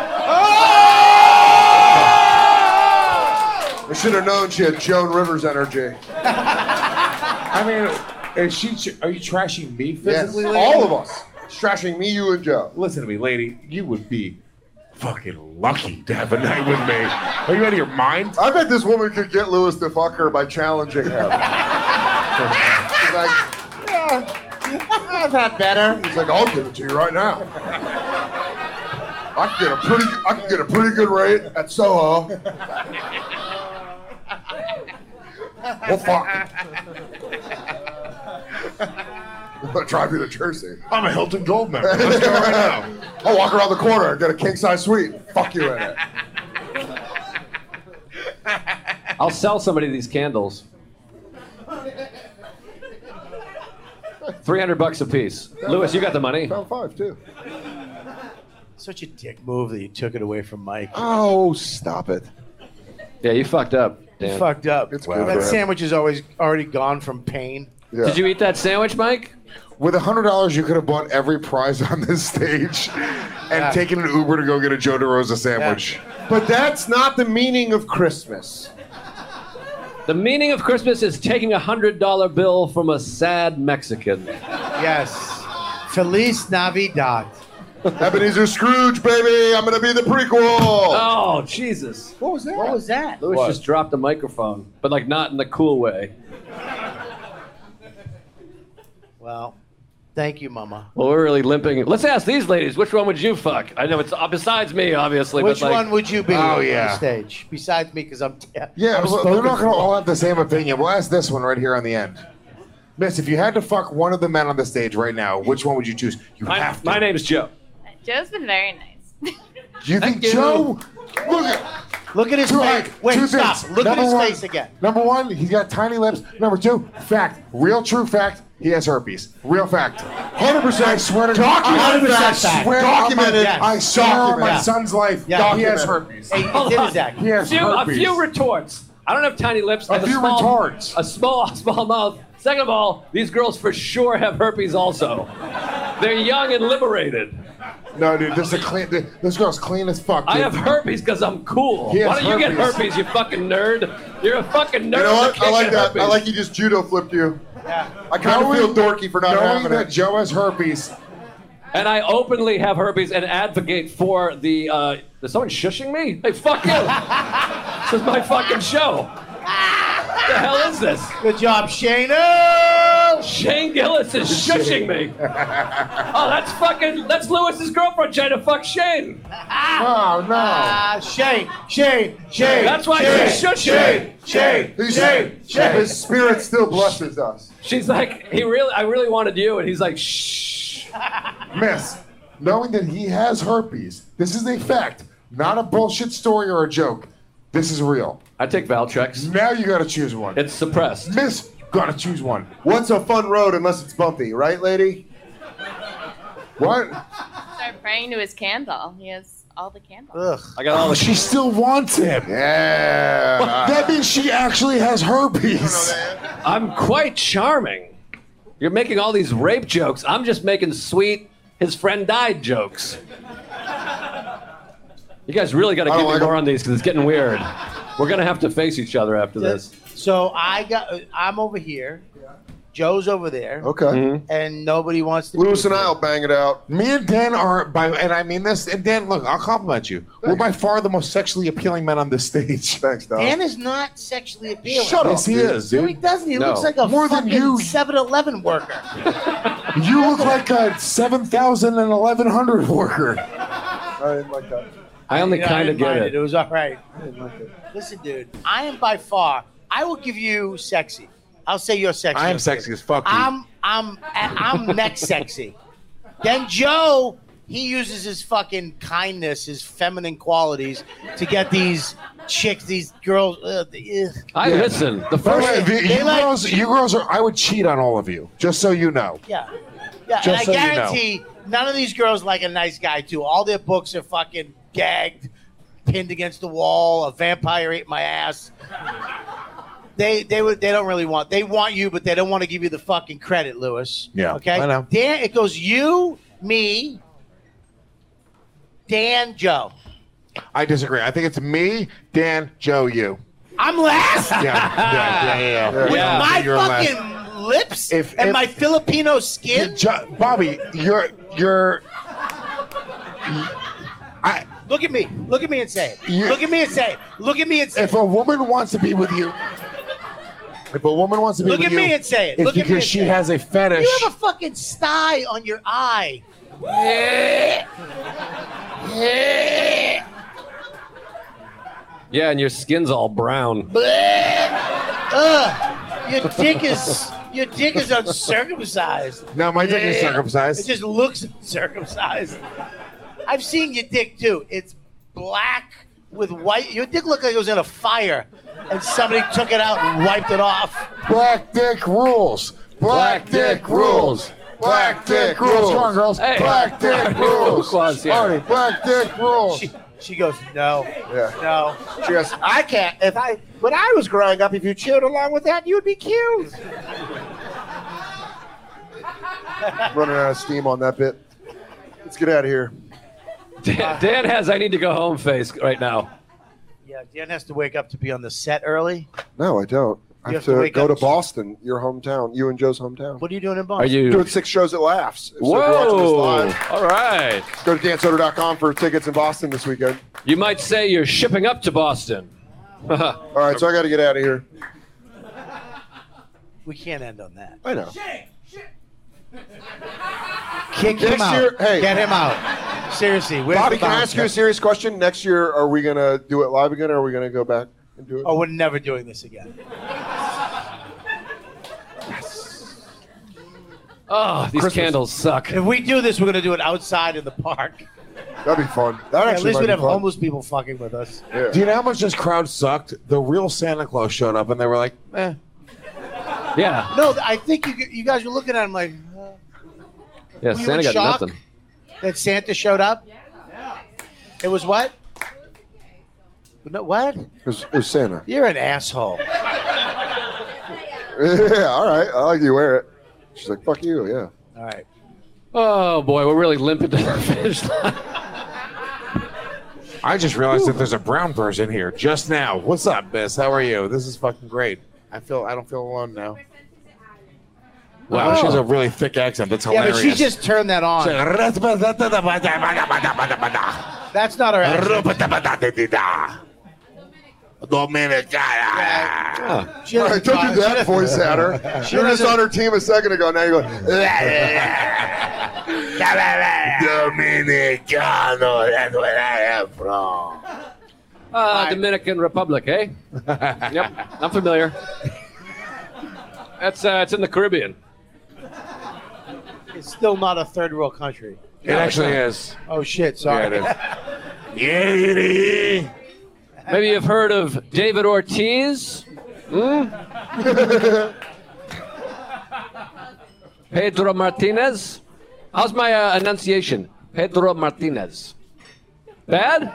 S3: I should have known she had Joan Rivers energy.
S5: I mean, is she? Are you trashing me
S3: Yes.
S5: physically? lady?
S3: All of us. Strashing me, you, and Joe.
S5: Listen to me, lady. You would be fucking lucky to have a night with me. Are you out of your mind?
S3: I bet this woman could get Lewis to fuck her by challenging him. She's like,
S2: I've had better.
S3: he's like, I'll give it to you right now. I can get a pretty, I can get a pretty good rate at Soho. Well, fuck. I'm gonna drive you to Jersey.
S10: I'm a Hilton Gold member. Let's go right now.
S3: I'll walk around the corner and get a king size suite. Fuck you in it.
S4: I'll sell somebody these candles. Three hundred bucks a piece. Lewis, you got the money.
S3: Pound five too.
S2: Such a dick move that you took it away from Mike.
S3: Oh, stop it.
S4: Yeah, you fucked up. Dan.
S2: Fucked up.
S3: It's good for
S2: that
S3: him.
S2: sandwich is always already gone from pain.
S3: Yeah.
S4: Did you eat that sandwich, Mike?
S10: With hundred dollars, you could have bought every prize on this stage and taken an Uber to go get a Joe DeRosa sandwich.
S3: But that's not the meaning of Christmas.
S4: The meaning of Christmas is taking a hundred dollar bill from a sad Mexican.
S2: Yes. Feliz Navidad.
S3: Ebenezer Scrooge, baby. I'm gonna be the prequel.
S4: Oh Jesus!
S3: What was that?
S2: What was that?
S4: Lewis
S3: What?
S4: just dropped the microphone, but like not in the cool way.
S2: Well, thank you, Mama.
S4: Well, we're really limping. Let's ask these ladies. Which one would you fuck? I know it's uh, besides me, obviously.
S2: Which
S4: but like,
S2: one would you be
S10: Oh,
S2: on
S10: yeah.
S2: the stage? Besides me, because I'm
S10: Yeah,
S2: I'm
S10: well,
S2: spoken
S10: they're not going
S2: for.
S10: to all have the same opinion. We'll ask this one right here on the end. Miss, if you had to fuck one of the men on the stage right now, which one would you choose? You
S4: My,
S10: have to.
S4: my name's Joe.
S13: Joe's been very nice.
S10: Do you
S4: Thank
S10: think
S4: you.
S10: Joe? Look at
S2: Look at his
S10: two,
S2: face.
S10: like,
S2: Wait,
S10: two
S2: stop.
S10: things.
S2: Look
S10: Number
S2: at his
S10: one-
S2: face again.
S10: Number one, he's got tiny lips. Number two, fact, real true fact, he has herpes. Real fact. 100%. I swear to God.
S2: Documented
S10: 100%
S2: fact.
S10: I swear
S2: Documented.
S10: on my- I swear on my
S2: Documented.
S10: son's life,
S2: Yeah.
S10: he has
S2: Documented.
S10: herpes.
S2: Hey, it's in his act.
S10: He has
S4: Few, a
S10: herpes.
S4: few retorts. I don't have tiny lips. A
S5: few
S4: small,
S5: retards.
S4: A small, small mouth. Second of all, these girls for sure have herpes also. They're young and liberated.
S5: No, dude, this is a clean. This girl's clean as fuck. Dude.
S4: I have herpes because I'm cool.
S5: He has
S4: Why don't you get
S5: herpes.
S4: herpes, you fucking nerd? You're a fucking nerd.
S3: You know what?
S4: can't
S3: I like
S4: get
S3: that. I
S4: herpes.
S3: like you just judo flipped you. I kind of feel
S4: Knowing-
S3: dorky for not
S4: knowing
S3: having
S4: that
S3: it.
S5: Joe has herpes.
S4: And I openly have herpes and advocate for the. Uh, is someone shushing me? Hey, fuck you! this is my fucking show. What the hell is this?
S2: Good job, Shano.
S4: Shane Gillis is shushing me. Oh, that's fucking. That's Lewis's girlfriend trying to fuck Shane.
S5: Oh no.
S2: Ah, Shane, Shane, Shane.
S4: That's why
S2: Shane,
S4: he's shushing.
S2: Shane, Shane,
S3: He's-
S2: Shane, Shane.
S3: His spirit still blesses us.
S4: She's like, he really. I really wanted you, and he's like, shh.
S5: Miss, knowing that he has herpes, this is a fact, not a bullshit story or a joke. This is real.
S4: I take Valtrex.
S5: Now you gotta choose one.
S4: It's suppressed.
S5: Miss, gotta choose one.
S3: What's a fun road unless it's bumpy, right, lady?
S5: What?
S14: Start praying to his candle. He has all the candles.
S5: Ugh.
S4: I got all the.
S5: She still wants him.
S3: Yeah.
S5: that means she actually has herpes.
S4: I'm quite charming. You're making all these rape jokes. I'm just making sweet. His friend died jokes. You guys really got to
S2: I
S4: give
S2: don't
S4: me
S2: like
S4: more on these because it's getting weird. We're gonna have to face each other after this.
S2: So I got. uh, I'm over here. Joe's over there.
S3: Okay.
S4: Mhm.
S2: And nobody wants to.
S3: Lewis and I'll bang it out.
S5: Me and Dan are by, and I mean this. And Dan, look, I'll compliment you. We're by far the most sexually appealing men on this stage.
S3: Thanks, Don.
S2: Dan is not sexually appealing.
S5: Shut up, Yes, he dude. is, dude.
S2: No, he doesn't. He
S5: No.
S2: looks like a
S5: More than
S2: fucking
S5: you.
S2: 7-Eleven worker.
S5: You look like a 7,000 and 1,100 worker.
S3: I didn't like that.
S4: I only
S2: Yeah,
S4: kind of
S2: didn't
S4: get
S2: mind it.
S4: it.
S2: It was all right.
S3: I didn't like it.
S2: Listen, dude, I am by far. I will give you sexy. I'll say you're sexy.
S5: I am sexy as fuck. dude.
S2: I'm I'm I'm next sexy. Then Joe, he uses his fucking kindness, his feminine qualities, to get these chicks, these girls. Uh, the, ugh.
S4: I
S5: Yeah.
S4: listen. The
S5: By
S4: first.
S5: way, the-
S2: they
S5: you
S2: like-
S5: girls, you girls are. I would cheat on all of you, just so you know.
S2: Yeah. Yeah,
S5: Just so
S2: and
S5: you
S2: I
S5: know.
S2: guarantee none of these girls like a nice guy too. All their books are fucking gagged, pinned against the wall. A vampire ate my ass. They they would they don't really want they want you, but they don't want to give you the fucking credit, Lewis.
S5: Yeah,
S2: Okay.
S5: I know.
S2: Dan, it goes you, me, Dan, Joe.
S5: I disagree. I think it's me, Dan, Joe, you.
S2: I'm last.
S5: Yeah, yeah, yeah, yeah. yeah.
S2: With
S5: Yeah.
S2: my
S5: You're last.
S2: fucking lips
S5: If-
S2: and
S5: if-
S2: my Filipino skin.
S5: Jo- Bobby, you're you're. I
S2: Look at me. Look at me and say it.
S5: You-
S2: Look at me and say it. Look at me and say it.
S5: if a woman wants to be with you, if a woman wants to be
S2: Look
S5: with
S2: at
S5: you,
S2: me and say it.
S5: It's
S2: Look at me
S5: because
S2: and
S5: she
S2: say it.
S5: has a fetish.
S2: You have a fucking sty on your eye.
S4: Yeah, and your skin's all brown.
S2: Ugh. Your dick is your dick is uncircumcised.
S5: No, my dick is circumcised.
S2: It just looks circumcised. I've seen your dick too. It's black with white. Your dick looked like it was in a fire, and somebody took it out and wiped it off.
S5: Black dick rules. Black, dick, rules. Black dick rules. Come on, girls.
S4: Hey.
S5: Black dick rules.
S4: Claws here.
S5: Marty, black dick rules.
S2: She, she goes, no,
S3: Yeah.
S2: no.
S3: Just
S15: I can't. If I when I was growing up, if you chewed along with that, you'd be killed.
S3: running out of steam on that bit. Let's get out of here.
S4: Dan, Dan has I need to go home face right now.
S2: Yeah, Dan has to wake up to be on the set early.
S3: No, I don't. I
S2: You
S3: have
S2: have to
S3: to
S2: wake
S3: go
S2: up-
S3: to Boston, your hometown, you and Joe's hometown.
S2: What are you doing in Boston?
S4: Are you?
S3: Doing six shows at Laughs. So if you're watching this
S4: Whoa!
S3: live,
S4: All right.
S3: go to dansoder.com for tickets in Boston this weekend.
S4: You might say you're shipping up to Boston. Oh,
S3: All right, so I got to get out of here.
S2: We can't end on that.
S3: I know.
S2: Kick him
S3: Next
S2: out.
S3: year- hey.
S2: Get him out. Seriously, where's
S3: Bobby,
S2: the
S3: can I ask you a
S2: bouncer?
S3: serious question? Next year, are we going to do it live again or are we going to go back and do it?
S2: Oh, we're never doing this again.
S4: Oh, these
S3: Christmas.
S4: candles suck.
S2: If we do this, we're gonna do it outside in the park.
S3: That'd be fun.
S2: Yeah,
S3: That
S2: at
S3: actually
S2: least
S3: might
S2: we'd
S3: be
S2: have
S3: fun.
S2: homeless people fucking with us.
S3: Yeah.
S5: Do you know how much this crowd sucked? The real Santa Claus showed up and they were like, eh.
S4: Yeah.
S2: No, I think you you guys were looking at him like uh,
S4: Yeah.
S2: Were you
S4: Santa
S2: in
S4: got
S2: shock?
S4: nothing.
S2: that Santa showed up. It was what? No, what?
S3: It was, it was Santa.
S2: You're an asshole.
S3: yeah, all right. I like you wear it. She's like, fuck you, yeah.
S2: All right.
S4: Oh boy, we're really limping to the finish line.
S5: I just realized that there's a brown person here just now. What's up, Miss? How are you? This is fucking great. I feel I don't feel alone now. Wow, she has a really thick accent. That's
S2: Yeah,
S5: hilarious.
S2: but she just turned that on.
S5: She's
S2: That's not her accent.
S3: All right, don't do that voice at her.
S2: She
S3: You were just
S2: doesn't-
S3: on her team a second ago. Now you're going,
S12: Dominicano, that's where I am from.
S4: Uh, Dominican Republic, eh? yep, I'm familiar. That's uh, it's in the Caribbean.
S2: It's still not a third world country.
S4: It No, actually
S5: it's
S2: is. Oh shit! Sorry.
S4: Maybe you've heard of David Ortiz. Hmm? Pedro Martinez. How's my uh, enunciation? Pedro Martinez. Bad?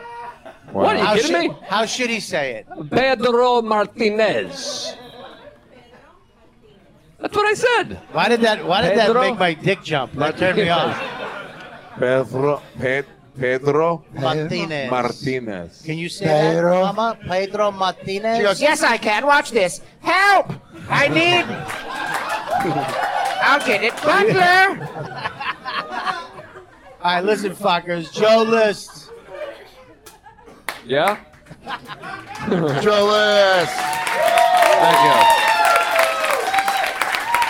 S4: What are you
S2: How
S4: kidding
S2: should-
S4: me?
S2: How should he say it?
S4: Pedro Martinez. That's what I said.
S2: Why did that? Why did
S4: Pedro?
S2: that make my dick jump? That turned me off.
S5: Pedro Pe- Pedro
S2: Martinez.
S5: Martinez.
S2: Can you say
S5: Pedro?
S2: that, Mama? Pedro Martinez.
S6: Yes, I can. Watch this. Help! I need. I'll get it. Butler!
S2: All right, listen, fuckers. Joe List.
S4: Yeah?
S3: Joeless.
S5: Thank
S2: you.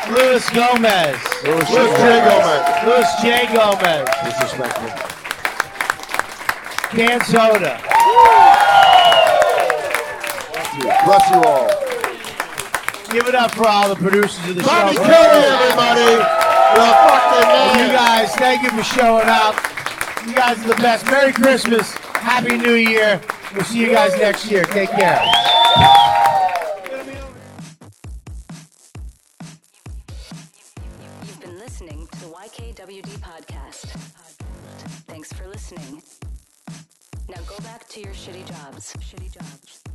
S2: Luis Gomez.
S5: Luis
S3: J. Gomez.
S2: Luis J. Gomez.
S5: Disrespectful.
S2: Dan Soda.
S3: bless you all.
S2: Give it up for all the producers of the
S3: Bobby
S2: show.
S3: Kelly, everybody. You're a fucking man.
S2: You guys, thank you for showing up. You guys are the best. Merry Christmas. Happy New Year. We'll see you guys next year. Take care.
S14: You've been listening to the YKWD podcast. Thanks for listening. Now go back to your shitty jobs. Shitty jobs.